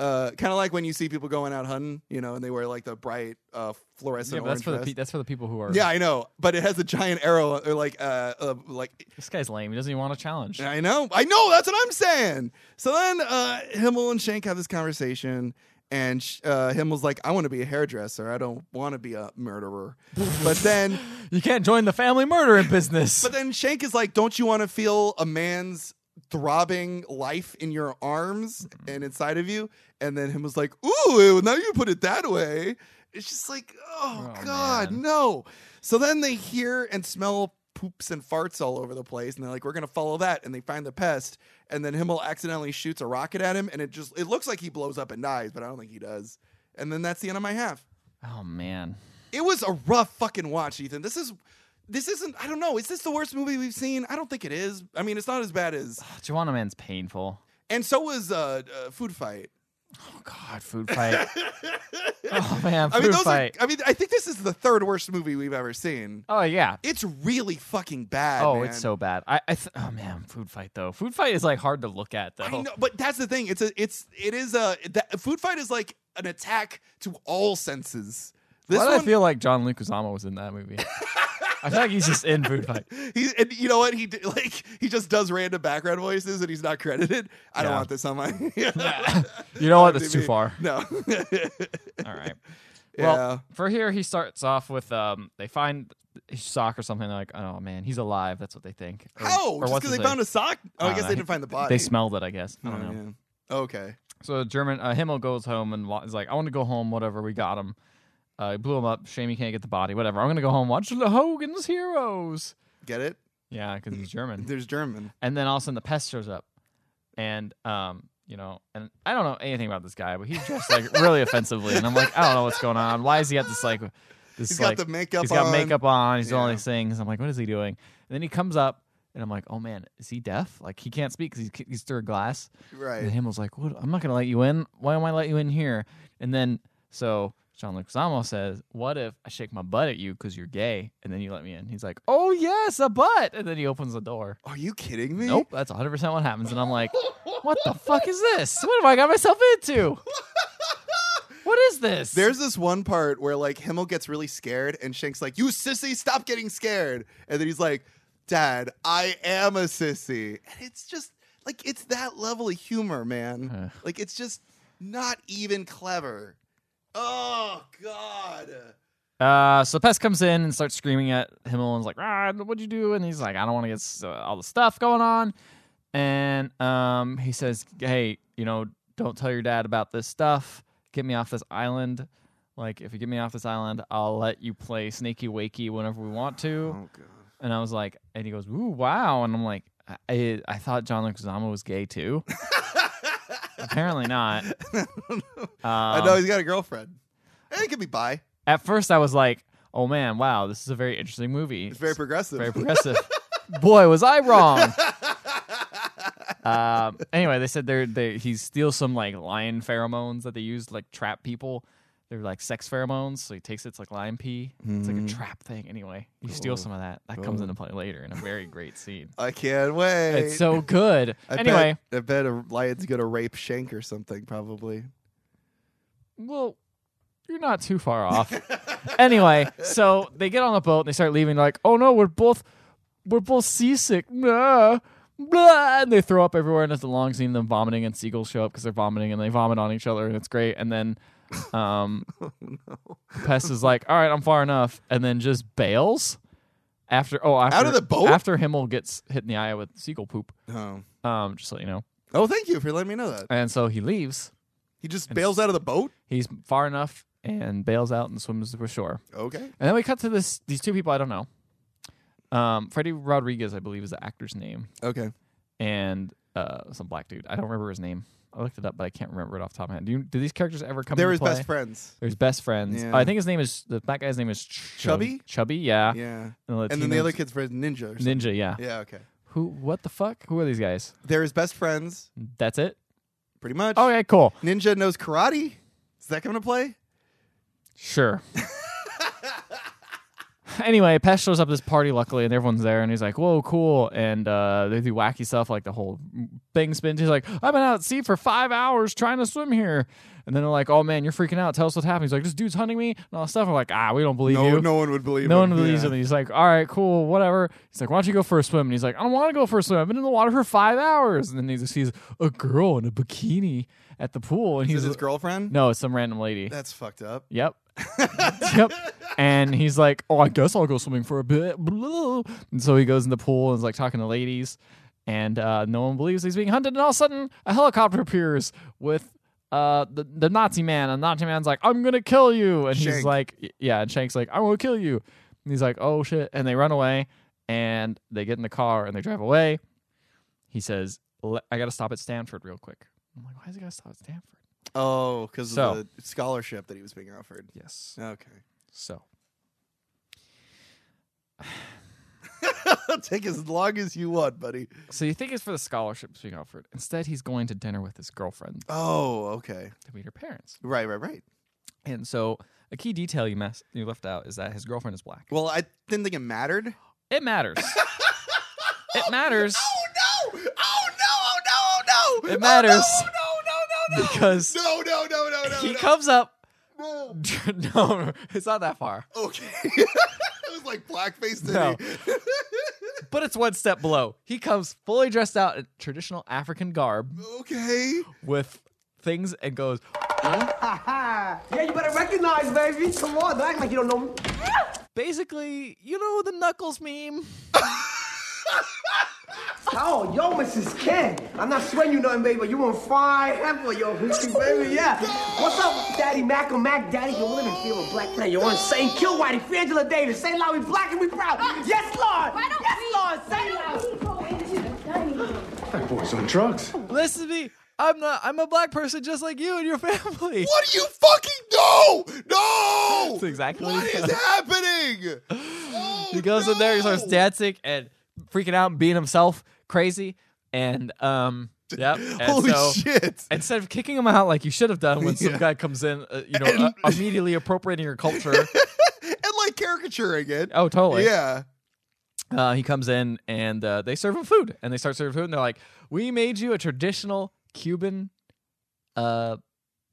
A: Uh, kind of like when you see people going out hunting, you know, and they wear like the bright uh,
B: Yeah,
A: fluorescent
B: but
A: orange
B: that's for the
A: vest.
B: pe- that's for the people who are.
A: yeah, I know, but it has a giant arrow, or like, uh, uh, like
B: This guy's lame. He doesn't even want a challenge.
A: I know, I know. That's what I'm saying. So then uh, Himmel and Shank have this conversation, and sh- uh, Himmel's like, "I want to be a hairdresser. I don't want to be a murderer." but then
B: You can't join the family murdering business.
A: But then Shank is like, "Don't you want to feel a man's throbbing life in your arms and inside of you. And then him was like, ooh, eh, now you put it that way. It's just like, oh,
B: Oh,
A: God,
B: man.
A: no. So then they hear and smell poops and farts all over the place. And they're like, we're going to follow that. And they find the pest. And then Himmel accidentally shoots a rocket at him. And it just, it looks like he blows up and dies, but I don't think he does. And then that's the end of my half.
B: Oh man.
A: It was a rough fucking watch, Ethan. This is this isn't I don't know, is this the worst movie we've seen? I don't think it is. I mean, it's not as bad as
B: Joanna Man's painful.
A: and so was uh, uh Food Fight.
B: Oh god, food fight. oh man, food
A: I mean, those
B: fight.
A: are I mean, I think this is the third worst movie we've ever seen.
B: Oh yeah.
A: It's really fucking bad.
B: Oh,
A: man.
B: it's so bad. I, I th- oh man, food fight though. Food fight is like hard to look at though.
A: I know, but that's the thing. It's a it's it is a that, Food Fight is like an attack to all senses. This
B: Why do
A: one,
B: I feel like John Lucasama was in that movie? I feel like he's just in food fight.
A: he and you know what he did, like he just does random background voices and he's not credited. I don't
B: Yeah.
A: want this on my.
B: You know what? That's too
A: IMDb.
B: far.
A: No.
B: All right.
A: Yeah.
B: Well, for here, he starts off with um, they find his sock or something. They're like, oh man, he's alive. That's what they think. Or,
A: How?
B: Or
A: Just because
B: what's his
A: they
B: name?
A: found a sock? Oh, I,
B: don't
A: guess
B: know.
A: they didn't find the body.
B: They smelled it, I guess. I
A: Oh,
B: don't know.
A: yeah. Okay.
B: So German uh, Himmel goes home and wa- is like, I want to go home. Whatever, we got him. Uh, blew him up. Shame he can't get the body. Whatever. I'm gonna go home. Watch the Hogan's Heroes.
A: Get it?
B: Yeah, because he's German.
A: There's German.
B: and then all of a sudden the pest shows up and um you know and i don't know anything about this guy but he's dressed like really offensively and i'm like i don't know what's going on why is he got this like this
A: He's
B: like
A: got the makeup
B: he's got
A: on.
B: makeup on he's doing all
A: Yeah.
B: these things i'm like what is he doing and then he comes up and i'm like oh man is he deaf like he can't speak because he's, he's through a glass
A: Right.
B: and Himmel's like, "What? I'm not gonna let you in. Why am I let you in here?" And then so John Leguizamo says, "What if I shake my butt at you because you're gay, and then you let me in?" He's like, "Oh yes, a butt," and then he opens the door.
A: Are you kidding me?
B: Nope, that's 100 percent what happens. And I'm like, "What the fuck is this? What have I got myself into? What is this?"
A: There's this one part where like Himmel gets really scared and Shank's like, "You sissy, stop getting scared," and then he's like, "Dad, I am a sissy," and it's just like it's that level of humor, man.
B: Huh.
A: Like it's just not even clever. Oh God.
B: Uh, so Pest comes in and starts screaming at Himmel and's like, ah, what'd you do? And he's like, I don't want to get s- uh, all the stuff going on. And um, he says, hey, you know, don't tell your dad about this stuff. Get me off this island. Like, if you get me off this island, I'll let you play Snaky Wakey whenever we want to.
A: Oh, God.
B: And I was like, and he goes, ooh, wow. And I'm like, I, I, I thought John Leguizamo was gay too. Apparently not.
A: I
B: Um,
A: know he's got a girlfriend. Eh, It could be bi.
B: At first, I was like, oh man, wow, this is a very interesting movie.
A: It's very progressive.
B: very progressive. Boy, was I wrong. um, anyway, they said they're, they he steals some like lion pheromones that they use to, like trap people. They're like sex pheromones, so he takes it, it's like lion pee. It's
A: Mm-hmm.
B: like a trap thing. Anyway, you steal some of that. That comes into play later in a very great scene.
A: I can't wait.
B: It's so good.
A: I
B: anyway,
A: bet, I bet a lion's gonna rape Shank or something. Probably.
B: well, you're not too far off. anyway, so they get on the boat and they start leaving. They're like, oh no, we're both we're both seasick. Nah. Blah, and they throw up everywhere, and it's a long scene. Them vomiting, and seagulls show up because they're vomiting, and they vomit on each other, and it's great. And then, um,
A: Oh,
B: Pest is like, "All right, I'm far enough," and then just bails after. Oh, after,
A: of the boat?
B: after Himmel gets hit in the eye with seagull poop.
A: Oh.
B: Um, just so you know.
A: Oh, thank you for letting me know that.
B: And so he leaves.
A: He just bails out of the boat.
B: He's far enough and bails out and swims to shore.
A: Okay.
B: And then we cut to this these two people I don't know. Um, Freddie Rodriguez, I believe, is the actor's name,
A: Okay.
B: and uh, some black dude. I don't remember his name. I looked it up, but I can't remember it off the top of my head. Do, you, do these characters ever come?
A: They're
B: into
A: his
B: play?
A: best friends.
B: They're his best friends. Oh,
A: Yeah.
B: I think his name is the that guy's name is Ch-
A: Chubby?
B: Chubby, yeah.
A: Yeah. And
B: And,
A: then the other
B: Latino's
A: kid's friend, Ninja. Or something.
B: Ninja, yeah.
A: Yeah. Okay.
B: Who? What the fuck? Who are these guys?
A: They're his best friends,
B: That's it.
A: pretty much.
B: Okay, cool.
A: Ninja knows karate. Is that coming to play?
B: Sure. anyway, Pest shows up at this party, luckily, and everyone's there, and he's like, "Whoa, cool!" And uh, they do wacky stuff, like the whole thing spins. He's like, "I've been out at sea for five hours trying to swim here," and then they're like, "Oh man, you're freaking out! Tell us what happened." He's like, "This dude's hunting me," and all that stuff. I'm like, "Ah, we don't believe
A: No,
B: you."
A: no one would believe.
B: No
A: him.
B: one believes
A: yeah.
B: him. He's like, all right, cool, whatever. He's like, why don't you go for a swim? And he's like, I don't want to go for a swim. I've been in the water for five hours. And then he just sees a girl in a bikini at the pool. And
A: Is
B: he's
A: it his girlfriend?
B: no, it's some random lady.
A: That's fucked up.
B: Yep. yep. And he's like, "Oh, I guess I'll go swimming for a bit." Blah. And so he goes in the pool and is like talking to ladies, and uh, no one believes he's being hunted. And all of a sudden, a helicopter appears with uh, the, the Nazi man. And the Nazi man's like, I'm going to kill you. And he's
A: Shank.
B: like, y- Yeah. And Shank's like, I'm going to kill you. And he's like, Oh shit. And they run away and they get in the car and they drive away. He says, "Le- I got to stop at Stanford real quick. I'm like, Why does he got to stop at Stanford?
A: Oh, because
B: So-
A: of the scholarship that he was being offered.
B: Yes.
A: Okay.
B: So
A: Take as long as you want, buddy.
B: So you think it's for the scholarship being offered. Instead, he's going to dinner with his girlfriend
A: Oh, okay.
B: to meet her parents.
A: Right, right, right.
B: And so a key detail you mess you left out is that his girlfriend is black.
A: Well, I didn't think it mattered.
B: It matters. it matters
A: Oh no! Oh no! Oh no! Oh no!
B: It matters.
A: Oh, no! No! No! No! no.
B: because
A: no! No! No! No! No!
B: he
A: no.
B: comes up.
A: No.
B: no, it's not that far,
A: Okay. it was like blackface to
B: No.
A: me.
B: but it's one step below. He comes fully dressed out in traditional African garb
A: okay.
B: with things and goes,
E: Yeah, you better recognize, baby. Come on, don't act like you don't know me.
B: basically, you know the Knuckles meme.
E: Oh, yo, Mrs. Ken. I'm not sweating you nothing, baby, but you on fine heifer, yo, Hoochie, baby, yeah. What's up, Daddy Mac and Mac Daddy? You're living feel a black man. You're on St. Kill Whitey, Angela Davis. Say loud, we black and we proud. Yes, Lord.
F: Why don't
E: yes, Lord. Say loud.
F: we, why don't we go into the dining room?
D: That boy's on drugs.
B: Listen to me. I'm not. I'm a black person just like you and your family.
A: What do you fucking know? No!
B: That's exactly what
A: what
B: he
A: is
B: does.
A: happening. Oh,
B: He goes in there, he starts
A: no.
B: dancing and freaking out and being himself crazy. And um, yep. And
A: Holy
B: so,
A: shit!
B: Instead of kicking him out like you should have done when some
A: Yeah.
B: guy comes in, uh, you know, uh, immediately appropriating your culture.
A: and like caricaturing it.
B: Oh, totally.
A: yeah.
B: Uh, he comes in and uh, they serve him food, and they start serving food, and they're like, "We made you a traditional Cuban uh,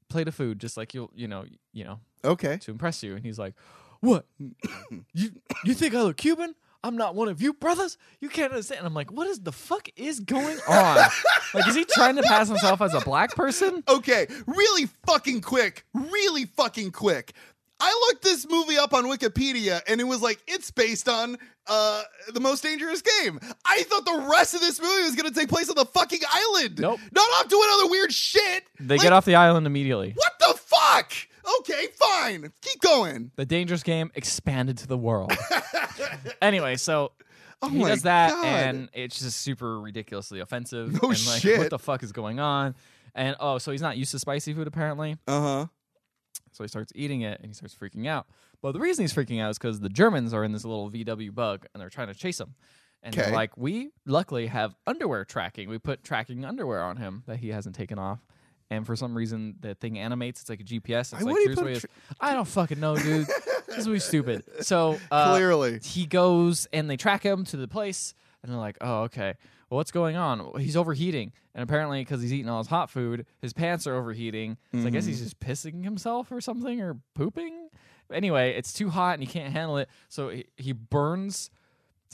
B: plate of food, just like you, you know, you know,
A: Okay.
B: to impress you. And he's like, What? you you think I look Cuban? I'm not one of you brothers. You can't understand. And I'm like, what is the fuck is going on? like, is he trying to pass himself as a black person?
A: Okay. Really fucking quick. Really fucking quick. I looked this movie up on Wikipedia and it was like it's based on uh the most dangerous game. I thought the rest of this movie was gonna take place on the fucking island.
B: Nope.
A: Not off doing other weird shit.
B: They
A: Like,
B: get off the island immediately.
A: What the fuck? Okay, fine. Keep going.
B: The dangerous game expanded to the world. anyway, so
A: Oh
B: he
A: my
B: does that,
A: God.
B: and it's just super ridiculously offensive.
A: No
B: and like, What
A: shit.
B: the fuck is going on? And oh, so he's not used to spicy food apparently.
A: Uh-huh.
B: So he starts eating it and he starts freaking out. But the reason he's freaking out is because the Germans are in this little VW bug and they're trying to chase him. And they're
A: Okay.
B: like, we luckily have underwear tracking. We put tracking underwear on him that he hasn't taken off. And for some reason, the thing animates. It's like a GPS. It's
A: Why
B: like,
A: would he
B: here's
A: put
B: where he is.
A: tra-
B: I don't fucking know, dude. this would be stupid. So uh,
A: Clearly.
B: he goes and they track him to the place and they're like oh okay well, what's going on he's overheating and apparently because he's eating all his hot food his pants are overheating so i guess
A: Mm-hmm.
B: he's just pissing himself or something or pooping anyway it's too hot and he can't handle it so he, he burns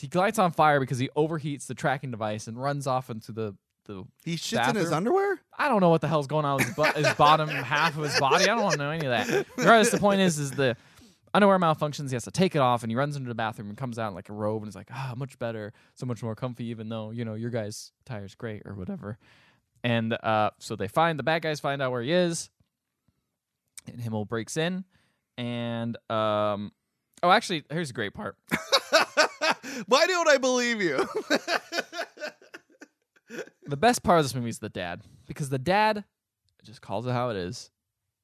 B: he lights on fire because he overheats the tracking device and runs off into the the
A: He shits in his
B: bathroom.
A: underwear?
B: I don't know what the hell's going on with his, bu- his bottom half of his body. I don't want to know any of that. Regardless, the point is, is the underwear malfunctions. He has to take it off, and he runs into the bathroom and comes out in like a robe, and is like, ah, much better, so much more comfy. Even though you know your guy's tire's great or whatever. And uh, so they find the bad guys find out where he is, and Himmel breaks in, and um, oh, actually, here's a great part.
A: Why don't I believe you?
B: the best part of this movie is the dad because the dad just calls it how it is.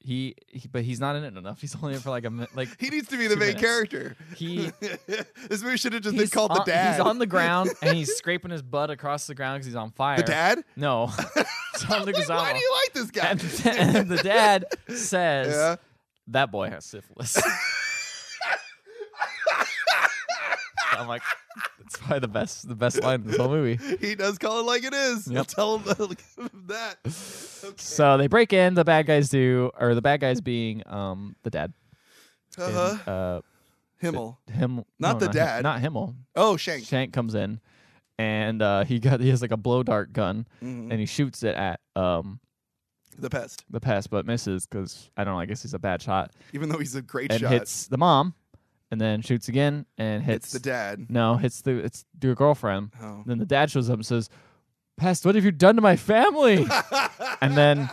B: He, he but he's not in it enough. He's only in it for like a minute. Like
A: he needs to be the
B: Two
A: main
B: minutes.
A: character.
B: He-
A: this movie should have just been
B: he's
A: called
B: on,
A: the dad.
B: He's on the ground and he's scraping his butt across the ground because he's on fire.
A: The dad?
B: No, John
A: Like, why
B: Leguizamo.
A: do you like this guy?
B: and, and the dad says
A: yeah.
B: that boy has syphilis. I'm like, it's probably the best, the best line in this whole movie.
A: He does call it like it is. I'll
B: Yep.
A: tell him that. Okay.
B: So they break in. The bad guys do, or the bad guys being um the dad. and,
A: Uh-huh.
B: uh,
A: Himmel.
B: him,
A: Not
B: no,
A: the
B: Him-
A: dad.
B: not Himmel.
A: Oh, Shank.
B: Shank comes in, and uh, he got he has like a blow dart gun,
A: Mhm.
B: and he shoots it at um
A: The pest.
B: the pest, but misses because I don't know. I guess he's a bad shot,
A: Even though he's a great
B: and
A: shot.
B: hits the mom, and then shoots again and
A: It's
B: hits
A: the dad.
B: No, hits the it's your girlfriend.
A: Oh.
B: Then the dad shows up and says, Pest, what have you done to my family? and then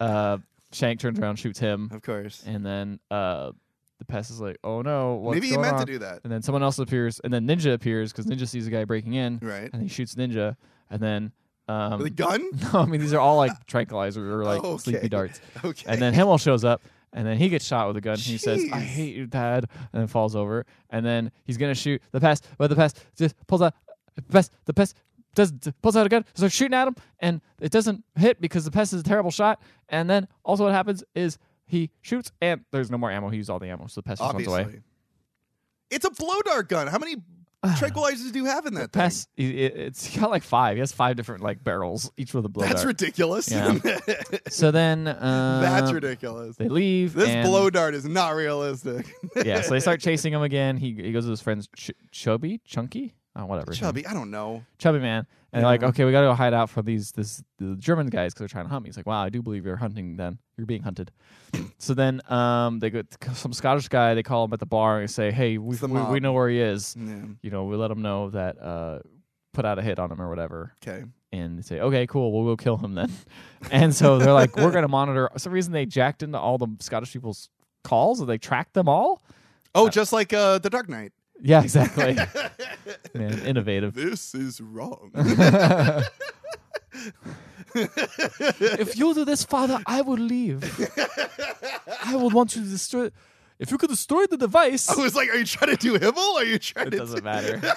B: uh, Shank turns around, shoots him,
A: Of course.
B: and then uh, the Pest is like, "Oh no, what's
A: Maybe he
B: going
A: meant to
B: on?"
A: do that.
B: And then someone else appears, and then Ninja appears because Ninja sees a guy breaking in,
A: Right.
B: And he shoots Ninja, and then um,
A: With a gun?
B: no, I mean these are all like tranquilizer or like
A: Okay.
B: sleepy darts.
A: Okay.
B: And then Himmel shows up, and then he gets shot with a gun. and He says, "I
A: Jeez.
B: hate you, Dad," and then falls over. And then he's gonna shoot the pass, but the pass just pulls out. The pass, the pass does pulls out a gun, starts shooting at him, and it doesn't hit because the pass is a terrible shot. And then also what happens is he shoots, and there's no more ammo. He used all the ammo, so the pass just runs away.
A: Obviously. It's a blow dart gun. How many tranquilizers do you have in that thing?
B: Pass, i- i- it's got like five. He has five different like barrels, each with a blow
A: That's
B: dart.
A: ridiculous.
B: Yeah. so then, uh,
A: That's ridiculous.
B: They leave.
A: This
B: and-
A: blow dart is not realistic.
B: yeah, so they start chasing him again. He, he goes to his friends, Ch- Chubby, Chunky, oh, whatever. his name-
A: Chubby, I don't know.
B: Chubby man, and they're like, okay, we got to go hide out for these this the German guys because they're trying to hunt me. He's like, wow, I do believe you're hunting. Then you're being hunted. so then, um, they go some Scottish guy. They call him at the bar and say, hey, we
A: the
B: we, we
A: mob.
B: know where he is.
A: Yeah.
B: You know, we let him know that uh, put out a hit on him or whatever
A: Okay.
B: and they say, "Okay, cool, we'll go kill him then." And so they're like, "We're gonna monitor." For some reason, they jacked into all the Scottish people's calls, and they tracked them all.
A: Oh, just like uh, the Dark Knight.
B: Yeah, exactly. Man, innovative.
A: This is wrong.
B: If you do this, Father, I will leave. I would want you to destroy. If you could destroy the device,
A: I was like, "Are you trying to do Himmel? Are you trying
B: it
A: to?"
B: doesn't matter.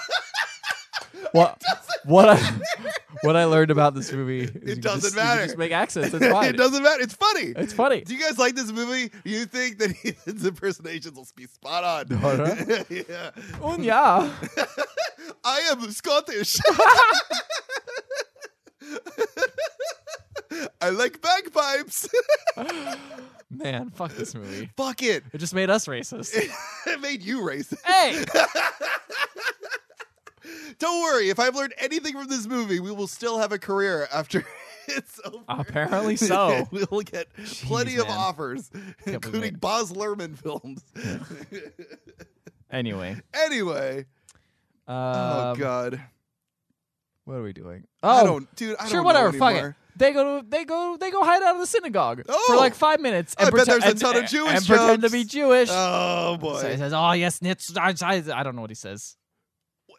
B: What what I what I learned about this movie? Is you can
A: doesn't
B: just- you can
A: matter.
B: just make accents. It's fine.
A: it doesn't matter. It's funny.
B: It's funny.
A: Do you guys like this movie? You think that his impersonations will be spot on?
B: Uh-huh.
A: yeah.
B: Oh, yeah.
A: I am Scottish. I like bagpipes.
B: Man, fuck this movie.
A: Fuck it.
B: It just made us racist.
A: It made you racist.
B: Hey.
A: Don't worry. If I've learned anything from this movie, we will still have a career after it's over.
B: Apparently Uh, so.
A: we'll get plenty of
B: man.
A: offers,
B: believe
A: including
B: it.
A: Boz Lerman films.
B: Anyway.
A: anyway. oh,
B: um,
A: God.
B: What are we doing?
A: I don't, dude. I
B: Oh, sure,
A: don't
B: whatever.
A: Know
B: Fuck
A: anymore.
B: it. They go to they go they go hide out of the synagogue for
A: Oh!
B: like five minutes.
A: I
B: And
A: bet
B: prete-
A: there's a
B: and-
A: ton of
B: and-
A: Jewish
B: and pretend to
A: jokes.
B: be Jewish.
A: Oh
B: so he
A: boy.
B: says, "Oh yes, nitz." I don't know what he says.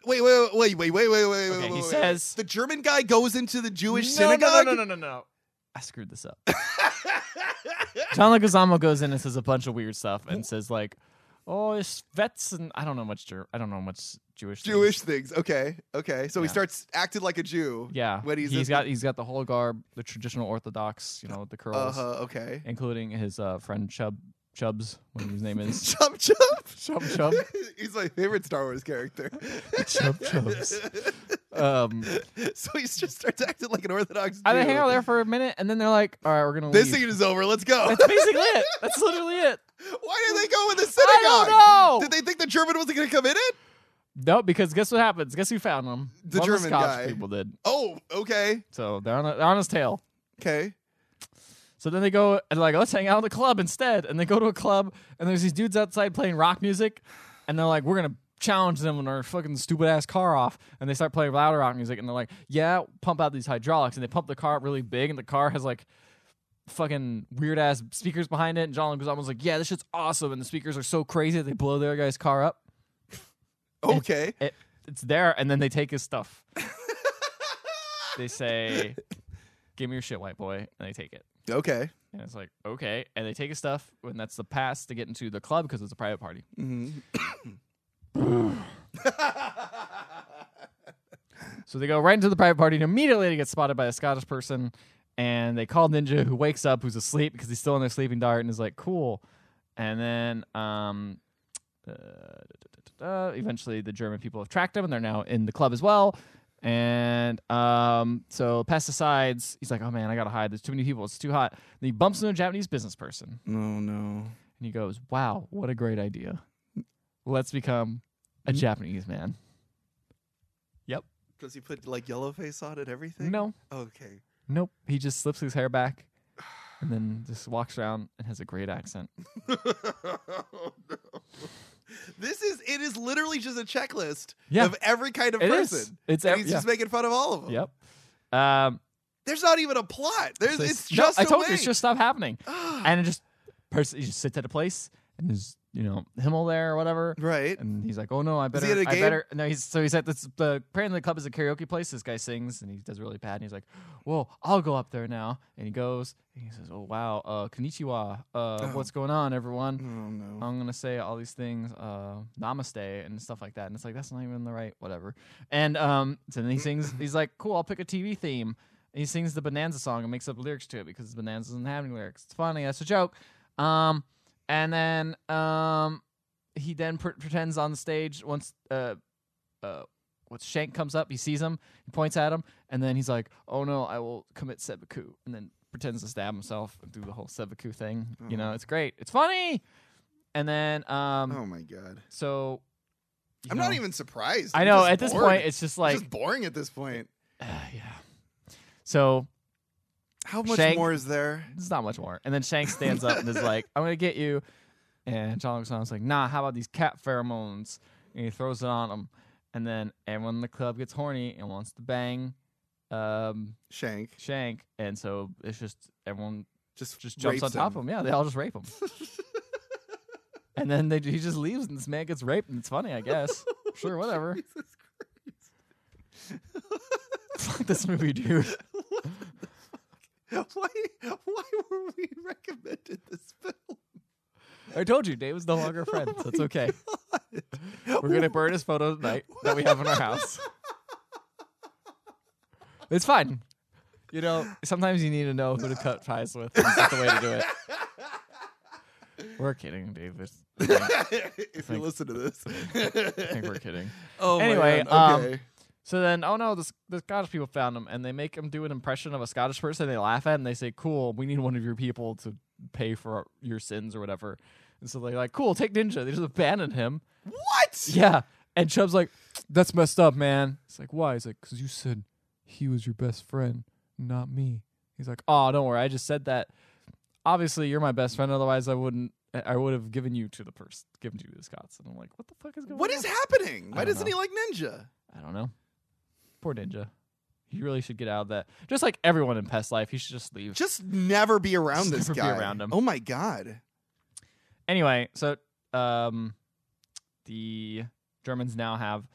A: Wait, wait, wait, wait, wait, wait, wait, wait.
B: Okay,
A: wait,
B: he
A: wait.
B: says-
A: the German guy goes into the Jewish
B: no,
A: synagogue.
B: No, no, no, no, no, no. I screwed this up. John Leguizamo goes in and says a bunch of weird stuff and says like, "Oh, it's vets," and I don't know much. Jer- I don't know much Jewish. things.
A: Jewish things. Okay, okay. So he
B: Yeah.
A: starts acting like a Jew.
B: Yeah,
A: When he's
B: he's
A: in
B: got he's got the whole garb, the traditional Orthodox, you know, the
A: The, uh
B: curls.
A: huh. Okay.
B: including his uh, friend Chub Chubs, whatever his name is.
A: Chub chub.
B: Chub Chub.
A: he's my favorite Star Wars character.
B: Chub Chubs. Um,
A: so he just starts acting like an Orthodox.
B: and they hang
A: Jew.
B: out there for a minute, and then they're like, "All right, we're gonna
A: This
B: leave."
A: scene is over. Let's go.
B: That's basically it. That's literally it.
A: Why did they go in the synagogue?
B: I don't know.
A: Did they think the German wasn't going to come in it?
B: No, because guess what happens? Guess who found them?
A: The
B: One of
A: German
B: Scottish
A: guy.
B: people did.
A: Oh, okay,
B: So they're on, a, they're on his tail.
A: okay.
B: So then they go and like, let's hang out at the club instead. And they go to a club, and there's these dudes outside playing rock music, and they're like, we're gonna challenge them in our fucking stupid ass car off. And they start playing louder rock music, and they're like, yeah, pump out these hydraulics. And they pump the car up really big, and the car has like fucking weird ass speakers behind it. And John Leguizamo's like, yeah, this shit's awesome. And the speakers are so crazy that they blow the other guy's car up.
A: Okay.
B: It, it's there, and then they take his stuff. they say, give me your shit, white boy, and they take it.
A: Okay.
B: And it's like, okay. And they take his stuff, and that's the pass to get into the club because it's a private party. so they go right into the private party, and immediately they get spotted by a Scottish person. And they call Ninja, who wakes up, who's asleep because he's still in their sleeping dart, and is like, cool. And then um, uh, da-da-da-da-da. eventually the German people have tracked him, and they're now in the club as well. And um, so pesticides. He's like, "Oh man, I gotta hide. There's too many people. It's too hot." And he bumps into a Japanese business person, and
A: Oh no.
B: he goes, "Wow, what a great idea. Let's become a Japanese man." Mm-hmm. Yep.
A: Does he put like yellow face on it? Everything?
B: No.
A: Okay.
B: Nope. He just slips his hair back, and then just walks around and has a great accent.
A: Oh, no. This is it is literally just a checklist
B: Yeah.
A: of every kind of
B: It is.
A: person.
B: It's
A: and
B: ev-
A: he's just making fun of all of them.
B: Yep. Um,
A: There's not even a plot. There's
B: So
A: it's
B: it's- no,
A: just
B: I
A: a
B: told
A: wig.
B: you it's just stuff happening, and it just person he just sits at a place and there's you know Himmel there or whatever,
A: Right.
B: And he's like, oh no, I better,
A: he at a
B: I
A: game?
B: better. No, he's so he's at this. The apparently the club is a karaoke place. This guy sings and he does really bad, and he's like, well, I'll go up there now, and he goes and he says, oh wow, uh, konnichiwa, uh,
A: Oh.
B: what's going on, everyone? I'm gonna say all these things, uh, namaste and stuff like that, and it's like that's not even the right whatever. And um, so then he sings. He's like, cool, I'll pick a TV theme. And he sings the Bonanza song and makes up lyrics to it because Bonanza doesn't have any lyrics. It's funny. That's a joke. Um, and then um, he then pr- pretends on the stage once uh, uh, once Shank comes up, he sees him, he points at him, and then he's like, "Oh no, I will commit seppuku," and then pretends to stab himself and do the whole seppuku thing. You know, it's great. It's funny. And then um,
A: Mm-hmm. oh my god.
B: so you
A: I'm
B: know.
A: not even surprised.
B: I
A: I'm
B: know
A: just
B: at this
A: bored.
B: point it's just like
A: just boring at this point.
B: yeah. So
A: How much
B: Shank-
A: more is there?
B: there's not much more. And then Shank stands up and is like, I'm gonna get you. And John Leguizamo's like, Nah, how about these cat pheromones? And he throws it on him. And then everyone in the club gets horny and wants to bang um,
A: Shank
B: Shank. And so it's just everyone
A: just
B: just jumps
A: rapes
B: on top of him. Yeah, they all just rape him. and then they, he just leaves, and this man gets raped, and it's funny, I guess. sure, whatever. Fuck this movie, dude.
A: Why? Why were we recommended this film?
B: I told you, David's no longer a friend. so it's okay. We're gonna burn his photo tonight that we have in our house. It's fine. You know, sometimes you need to know who to cut ties with. That's not the way to do it. We're kidding, David. I
A: if you
B: think-
A: listen to this.
B: think we're kidding.
A: oh my
B: Anyway,
A: God,
B: um,
A: okay.
B: So then, oh no, the, S- the Scottish people found him, and they make him do an impression of a Scottish person. They laugh at, him, and they say, "Cool, we need one of your people to pay for your sins or whatever." And so they're like, "Cool, take Ninja." They just abandon him.
A: what?
B: Yeah. And Chubb's like, that's messed up, man. It's like, why? He's like, because you said he was your best friend, not me. He's like, oh, don't worry. I just said that. Obviously, you're my best friend. Otherwise, I wouldn't. I would have given you to the person, given you to the Scots. And I'm like, what the fuck is going
A: What
B: on?
A: is happening? Why
B: don't
A: doesn't
B: know.
A: he like ninja?
B: I don't know. Poor Ninja. He really should get out of that. Just like everyone in Pest Life, he should just leave.
A: Just never be around
B: Just
A: this
B: never be
A: guy.
B: around him.
A: Oh my god.
B: anyway, so um, the Germans now have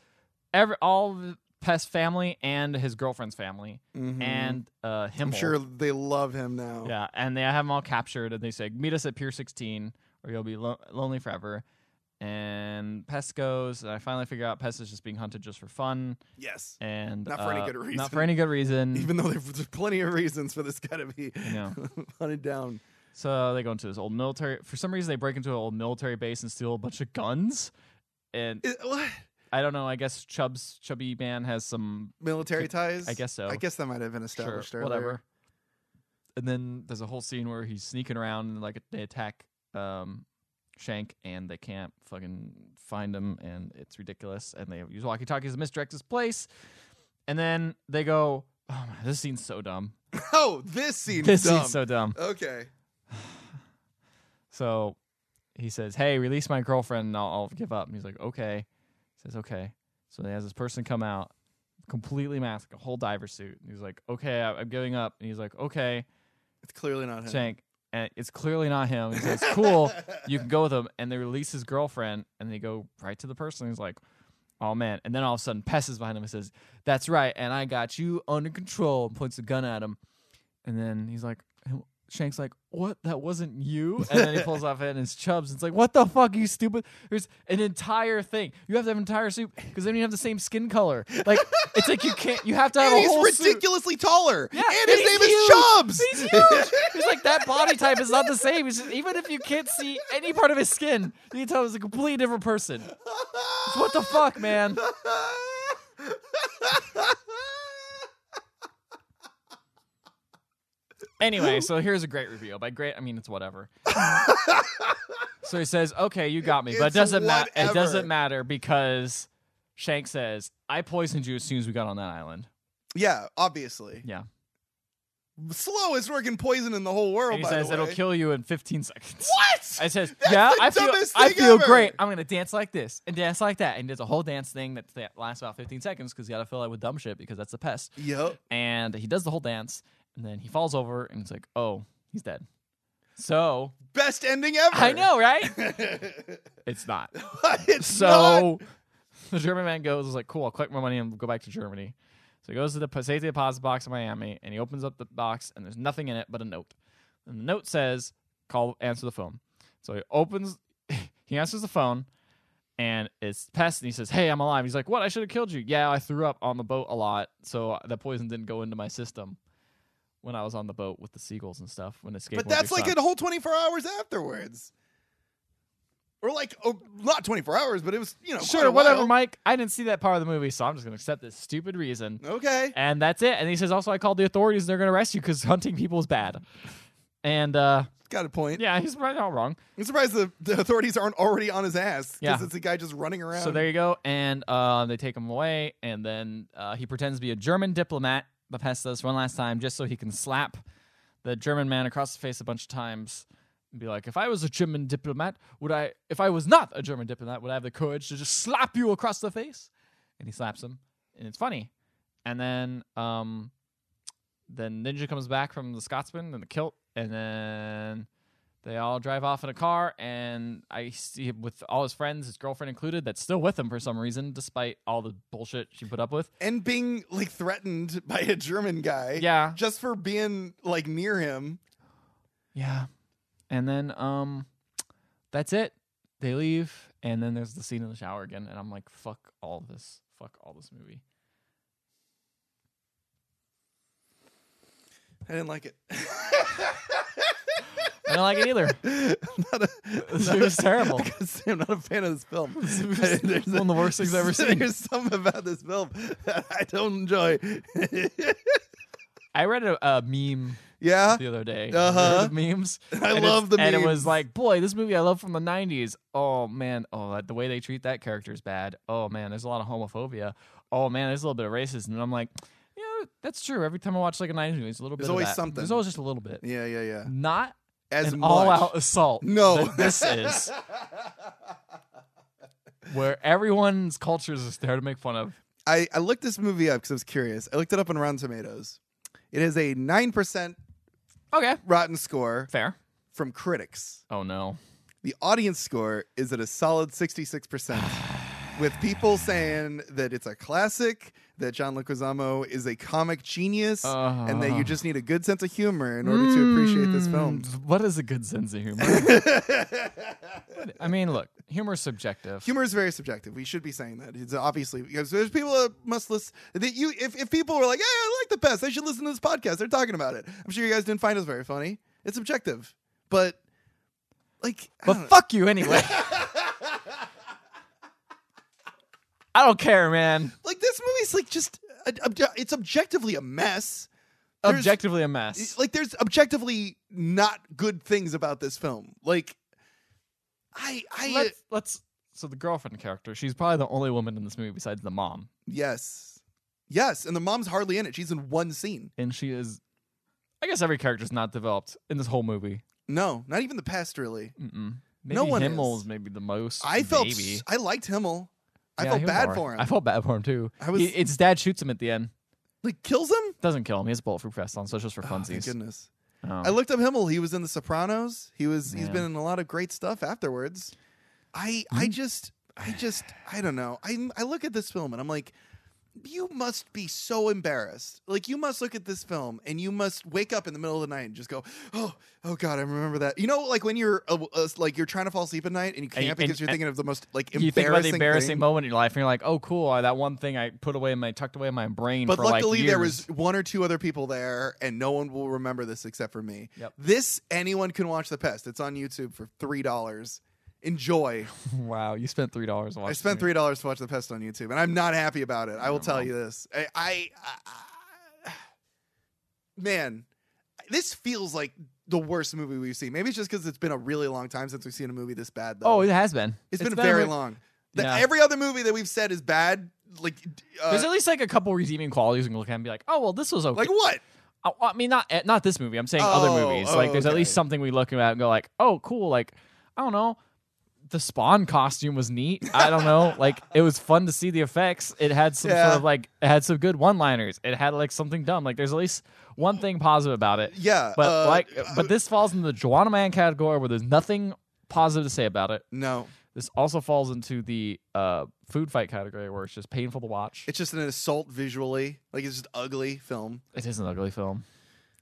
B: every all of the Pest family and his girlfriend's family and uh, him.
A: Mm-hmm. I'm sure they love him now.
B: Yeah, and they have them all captured, and they say, "Meet us at Pier 16, or you'll be lo- lonely forever." And Pest goes, and I finally figure out Pest is just being hunted just for fun,
A: Yes.
B: and
A: Not for any
B: uh,
A: good reason.
B: Not for any good reason.
A: Even though there's there's plenty of reasons for this guy to be
B: know.
A: hunted down.
B: So they go into this old military. For some reason, they break into an old military base and steal a bunch of guns. And
A: It- what?
B: I don't know. I guess Chubb's chubby man has some
A: Military ties?
B: I guess so.
A: I guess that might have been
B: sure,
A: established earlier.
B: whatever. And then there's a whole scene where he's sneaking around and like they attack um, Shank and they can't fucking find him and it's ridiculous. And they use walkie talkies to misdirect his place. And then they go, "Oh my, this scene's so dumb.
A: Oh, this seems
B: This
A: dumb.
B: scene's so dumb."
A: okay.
B: So he says, "Hey, release my girlfriend, and I'll, I'll give up." And he's like, "Okay." He says, "Okay." So he has this person come out, completely masked, like a whole diver suit. And he's like, "Okay, I, I'm giving up." And he's like, "Okay,
A: It's clearly not him.
B: Shank." And it's clearly not him. He says, "Cool, you can go with him." And they release his girlfriend, and they go right to the person. He's like, "Oh man!" And then all of a sudden, Pest is behind him and says, "That's right, and I got you under control." And points a gun at him. And then he's like, Shank's like, "What? That wasn't you?" And then he pulls off it, and it's Chubbs. It's like, "What the fuck, you stupid?" There's an entire thing. You have to have an entire suit because then you have the same skin color. Like, it's like you can't. You have to have
A: And
B: a
A: he's
B: whole suit.
A: ridiculously taller.
B: Yeah,
A: and his
B: he's
A: name
B: huge.
A: is Chubbs.
B: He's huge. He's like that body type is not the same. It's just, even if you can't see any part of his skin, you can tell it's a completely different person. It's what the fuck, man? Anyway, so here's a great reveal. By great, I mean it's whatever. so he says, "Okay, you got me," but it
A: It's
B: doesn't matter. It
A: whatever.
B: doesn't matter because Shank says, "I poisoned you as soon as we got on that island."
A: yeah, obviously.
B: Yeah.
A: slowest working poison in the whole world.
B: And he
A: Oh, by
B: says
A: the
B: it'll
A: way.
B: kill you in 15 seconds.
A: What?
B: I says,
A: That's
B: yeah,
A: the
B: I feel,
A: dumbest
B: I
A: thing
B: feel
A: ever."
B: great. I'm gonna dance like this and dance like that, and there's a whole dance thing that, that lasts about 15 seconds because you gotta fill it with dumb shit because that's the pest.
A: Yep.
B: And he does the whole dance, and then he falls over, and it's like, oh, he's dead. So
A: Best ending ever.
B: I know, right? it's not.
A: it's not-
B: So the German man goes, is like, cool, I'll collect my money and go back to Germany. So he goes to the po- safety deposit box in Miami and he opens up the box and there's nothing in it but a note. And the note says, call, answer the phone. So he opens, he answers the phone and it's Pest and he says, hey, I'm alive. He's like, what? I should have killed you. Yeah, I threw up on the boat a lot. So the poison didn't go into my system when I was on the boat with the seagulls and stuff when it escaped.
A: But that's like
B: it.
A: a whole 24 hours afterwards. Or like, oh, not 24 hours, but it was, you know, quite
B: Sure,
A: a
B: whatever,
A: while.
B: Mike. I didn't see that part of the movie, so I'm just going to accept this stupid reason.
A: Okay.
B: And that's it. And he says, also, I called the authorities and they're going to arrest you because hunting people is bad. And uh,
A: Got a point.
B: yeah, he's probably not wrong.
A: I'm surprised the, the authorities aren't already on his ass because
B: Yeah.
A: it's a guy just running around.
B: So there you go. And uh, they take him away. And then uh, he pretends to be a German diplomat, the pest does one last time, just so he can slap the German man across the face a bunch of times and be like, if I was a German diplomat, would I, if I was not a German diplomat, would I have the courage to just slap you across the face? And he slaps him. And it's funny. And then, um, then Ninja comes back from the Scotsman and the kilt. And then they all drive off in a car, and I see him with all his friends, his girlfriend included, that's still with him for some reason, despite all the bullshit she put up with.
A: and being like threatened by a German guy.
B: Yeah.
A: Just for being like near him.
B: Yeah. And then um that's it. They leave and then there's the scene in the shower again and I'm like fuck all this. Fuck all this movie.
A: I didn't like it.
B: I don't like it either.
A: not a,
B: This
A: not
B: movie was terrible.
A: I gotta say, I'm not a fan of this film.
B: was
A: There's
B: one of the worst things I've ever seen.
A: There's something about this film that I don't enjoy.
B: I read a, a meme
A: yeah,
B: the other day.
A: Uh-huh.
B: Of memes.
A: I
B: and it's-
A: love the
B: And it
A: memes.
B: was like, boy, this movie I love from the '90s. Oh man, oh that- the way they treat that character is bad. Oh man, there's a lot of homophobia. Oh man, there's a little bit of racism. And I'm like, yeah, that's true. Every time I watch like a '90s movie, it's a little
A: There's
B: bit. of
A: always
B: that.
A: something.
B: There's always just a little bit.
A: yeah, yeah, yeah.
B: Not
A: As
B: an
A: much.
B: all-out assault.
A: No.
B: that this is where everyone's cultures is there to make fun of.
A: I, I looked this movie up because I was curious. I looked it up on Rotten Tomatoes. It has a nine percent
B: Okay,
A: rotten score
B: fair.
A: from critics.
B: Oh no.
A: The audience score is at a solid 66%, with people saying that it's a classic, that John Leguizamo is a comic genius, and that you just need a good sense of humor in order to appreciate this film.
B: What is a good sense of humor? I mean, look, humor is subjective.
A: Humor is very subjective. We should be saying that. It's obviously because there's people that must listen. That you, if, if people were like, "Hey, I like the best," they should listen to this podcast. They're talking about it. I'm sure you guys didn't find us very funny. It's subjective, but like, I don't know.
B: But fuck you anyway. I don't care, man.
A: like this movie's like just uh, obje- it's objectively a mess. There's-
B: Objectively a mess.
A: like there's objectively not good things about this film. Like I I
B: Let's, let's so the girlfriend character, she's probably the only woman in this movie besides the mom.
A: yes. Yes, and the mom's hardly in it. She's in one scene.
B: And she is I guess every character's not developed in this whole movie.
A: No, not even the pest really.
B: Mm-mm. Maybe
A: No one
B: Himmel's
A: is.
B: maybe the most.
A: I felt
B: Mm, maybe.
A: I liked Himmel. I
B: Yeah, he
A: felt
B: was
A: bad
B: alright.
A: for him.
B: I felt bad for him too.
A: I was-
B: He- it's dad shoots him at the end.
A: like kills him?
B: Doesn't kill him. He has a bulletproof vest on, so it's just for
A: Oh, thank
B: funsies.
A: goodness.
B: Oh.
A: I looked up Himmel. He was in The Sopranos. He was. He's
B: Man. Hmm?
A: been in a lot of great stuff afterwards. I. I just. I just. I don't know. I. I look at this film and I'm like, you must be so embarrassed. Like you must look at this film and you must wake up in the middle of the night and just go, oh, oh God, I remember that. You know, like when you're uh, uh, like you're trying to fall asleep at night and you can't
B: you-
A: because
B: and-
A: you're thinking of the most like
B: you think about the
A: embarrassing
B: embarrassing
A: thing.
B: moment in your life, and you're like, "Oh, cool! uh, That one thing I put away in my tucked away in my brain."
A: But
B: for
A: luckily,
B: like
A: there was
B: years."
A: one or two other people there, and no one will remember this except for me.
B: Yep.
A: This anyone can watch the pest. It's on YouTube for three dollars. Enjoy.
B: wow. You spent three dollars.
A: I spent three dollars to watch the pest on YouTube, and I'm not happy about it. I will tell you this. I, I, I- man, this feels like the worst movie we've seen. Maybe it's just because it's been a really long time since we've seen a movie this bad. Though.
B: Oh, it has been.
A: it's been, very
B: a-
A: long. The-
B: Yeah.
A: Every other movie that we've said is bad. Like, uh,
B: There's at least like a couple redeeming qualities we can look at and be like, "Oh, well, this was okay."
A: like what?
B: I, I mean, not eh, not this movie. I'm saying other
A: Oh,
B: movies.
A: oh,
B: like, there's at
A: okay.
B: least something we look at and go like, oh, cool. Like, I don't know. The Spawn costume was neat. I don't know. Like, it was fun to see the effects. It had some
A: Yeah.
B: sort of like, it had some good one-liners. It had like something dumb. Like, there's at least one thing positive about it.
A: Yeah,
B: But
A: uh,
B: like, but this falls in the Joanna Man category where there's nothing positive to say about it.
A: No,
B: This also falls into the uh, food fight category where it's just painful to watch.
A: it's just an assault visually. Like it's just ugly film,
B: It is an ugly film.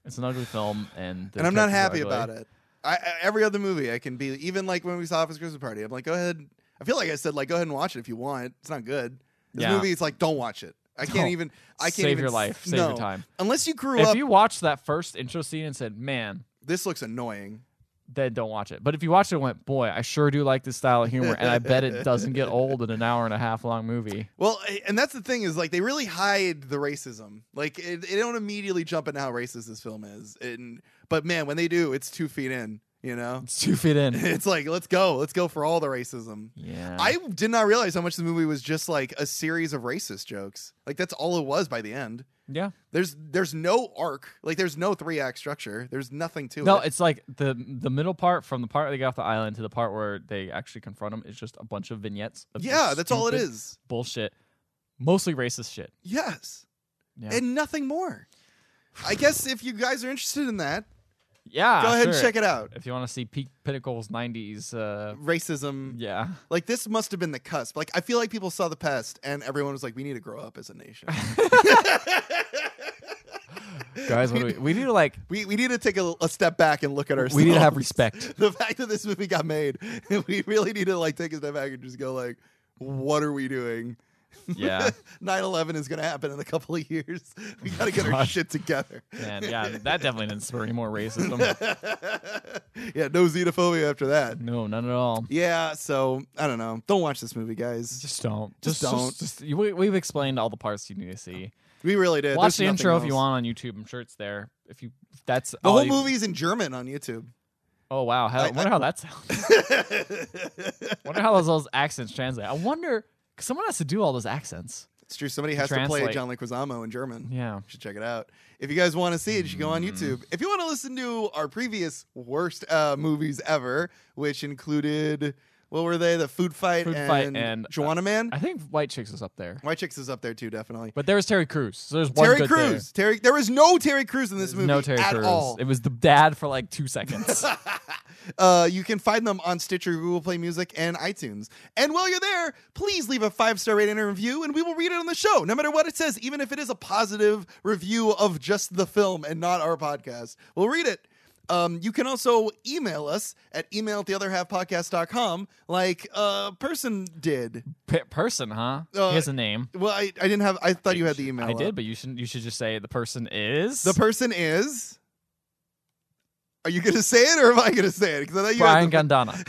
B: It's an ugly film, and the
A: and I'm not
B: characters
A: happy
B: are ugly.
A: about it. I, I every other movie I can be even like when we saw Office Christmas Party. I'm like, go ahead. I feel like I said like go ahead and watch it if you want. It's not good. This
B: Yeah.
A: movie, it's like don't watch it. I can't
B: Don't.
A: even. I can't
B: Save
A: even
B: your
A: s-
B: life. Save your
A: no.
B: time.
A: Unless you grew
B: If
A: up,
B: you watched that first intro scene and said, "Man,"
A: this looks annoying.
B: then don't watch it. But if you watched it and went, "Boy, I sure do like this style of humor," and I bet it doesn't get old in an hour and a half long movie.
A: Well, a- and that's the thing is like they really hide the racism. Like it, they don't immediately jump into how racist this film is. And but man, when they do, it's two feet in. You know,
B: It's two feet in.
A: it's like let's go, let's go for all the racism.
B: Yeah.
A: I did not realize how much the movie was just like a series of racist jokes. Like that's all it was by the end.
B: yeah.
A: There's there's no arc. Like there's no three act structure. There's nothing to
B: No,
A: it.
B: it's like the the middle part from the part where they get off the island to the part where they actually confront them is just a bunch of vignettes. Of
A: yeah,
B: just
A: that's all it
B: stupid
A: is.
B: Bullshit. Mostly racist shit.
A: Yes,
B: Yeah.
A: and nothing more. I guess if you guys are interested in that,
B: yeah.
A: go ahead
B: sure.
A: and check it out.
B: If you want to see peak pinnacles '90s, uh,
A: Racism.
B: yeah.
A: Like this must have been the cusp. Like I feel like people saw the pest and everyone was like, "We need to grow up as a nation.
B: guys what do we, we need to like
A: we we need to take a, a step back and look at ourselves.
B: we need to have respect
A: the fact that this movie got made. We really need to like take a step back and just go like, what are we doing?
B: yeah
A: 9-11 is going to happen in a couple of years. We got to get our
B: God.
A: shit together.
B: man yeah that definitely didn't spur any more racism
A: yeah, no xenophobia after that.
B: no none at all
A: Yeah, so I don't know. Don't watch this movie, guys.
B: just don't
A: Just
B: just,
A: don't.
B: just, just- you- we, we've explained all the parts you need to see
A: We really did.
B: watch
A: There's
B: the
A: nothing
B: intro if you
A: else.
B: want on youtube i'm sure it's there if you if that's
A: The
B: all
A: whole
B: you-
A: movie's in German on YouTube.
B: oh wow how,
A: I- I-
B: wonder how that sounds wonder how those, those accents translate i wonder 'cause someone has to do all those accents
A: It's true. Somebody has to play
B: Translate.
A: John Leguizamo in German.
B: yeah Mm.
A: You should check it out. If you guys want to see it, you should go on YouTube. If you want to listen to our previous worst uh, movies ever, which included what were they? The Food Fight
B: Food
A: and,
B: Fight and, uh,
A: Joanna Man.
B: i think white chicks was up there
A: White Chicks is up there too, definitely.
B: but there was terry Crews. so there's one
A: Terry
B: good there.
A: Crews. Terry. There was no Terry Crews in this movie
B: no terry
A: at
B: Crews.
A: all.
B: it was the dad for like two seconds
A: Uh, you can find them on Stitcher, Google Play Music, and iTunes. And while you're there, please leave a five star rating and review, and we will read it on the show, no matter what it says, even if it is a positive review of just the film and not our podcast. We'll read it. Um, you can also email us at email at the other half podcast.com, like a uh, person did.
B: P- person, huh?
A: Uh,
B: he has a name.
A: Well, I, I didn't have, I thought you had the email.
B: I
A: up.
B: did, but you should you should just say the person is
A: The person is. Are you going to say it or am I going to say it? Because I thought you
B: Brian
A: had the-
B: Gandana.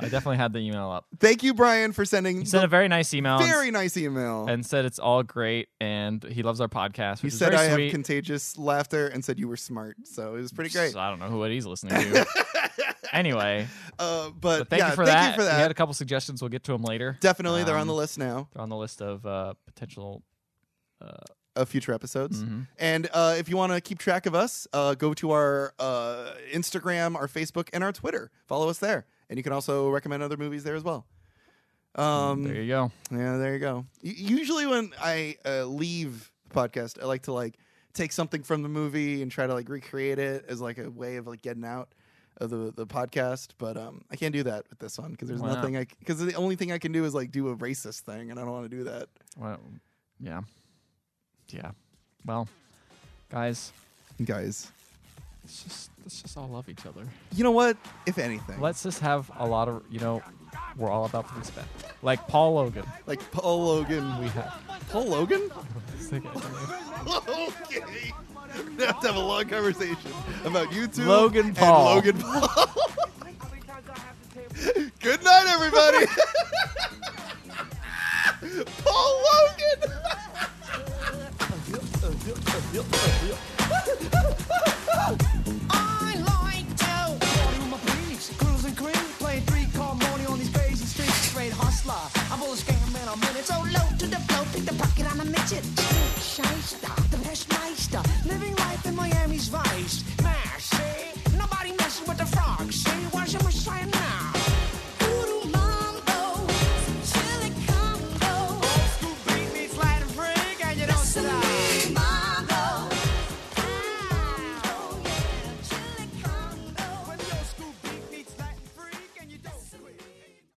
B: I definitely had the email up.
A: Thank you, Brian, for sending
B: He sent a very nice email and s-
A: very nice email.
B: and said it's all great and he loves our podcast.
A: he
B: Which is
A: said
B: very
A: I
B: sweet.
A: have contagious laughter and said you were smart. So it was pretty great.
B: So I don't know who it he's listening to. anyway,
A: Uh, but,
B: but thank
A: yeah,
B: you for
A: thank
B: that.
A: you for
B: He had
A: that.
B: a couple suggestions. We'll get to them later.
A: Definitely, they're on
B: Um,
A: the list now
B: They're on the list of uh, potential.
A: of future episodes.
B: Mhm.
A: And uh, if you want to keep track of us, uh, go to our uh, Instagram, our Facebook, and our Twitter. Follow us there. And you can also recommend other movies there as well. Um,
B: there you go.
A: Yeah, there you go. U- Usually, when I uh, leave the podcast, I like to like take something from the movie and try to like recreate it as like a way of like getting out of the, the podcast. But um, I can't do that with this one because there's
B: Why not?
A: nothing I because the only thing I can do is like do a racist thing, and I don't want to do that.
B: Well, yeah, yeah. Well, guys,
A: Guys,
B: let's just let's just all love each other.
A: you know what? If anything,
B: Let's just have a lot of, you know, we're all about the respect. Like Paul Logan.
A: like Paul Logan, we
B: have-
A: Paul Logan.
B: Logan
A: okay, we have to have a long conversation about YouTube,
B: Logan Paul.
A: and Logan Paul. Good night, everybody. Paul Logan.
G: I like to party with my peeps, cruise and cream, playing three card money on these crazy streets. Straight hustler, I'm full of scam and I'm in it. So low to the flow, pick the pocket on a midget. Shyster,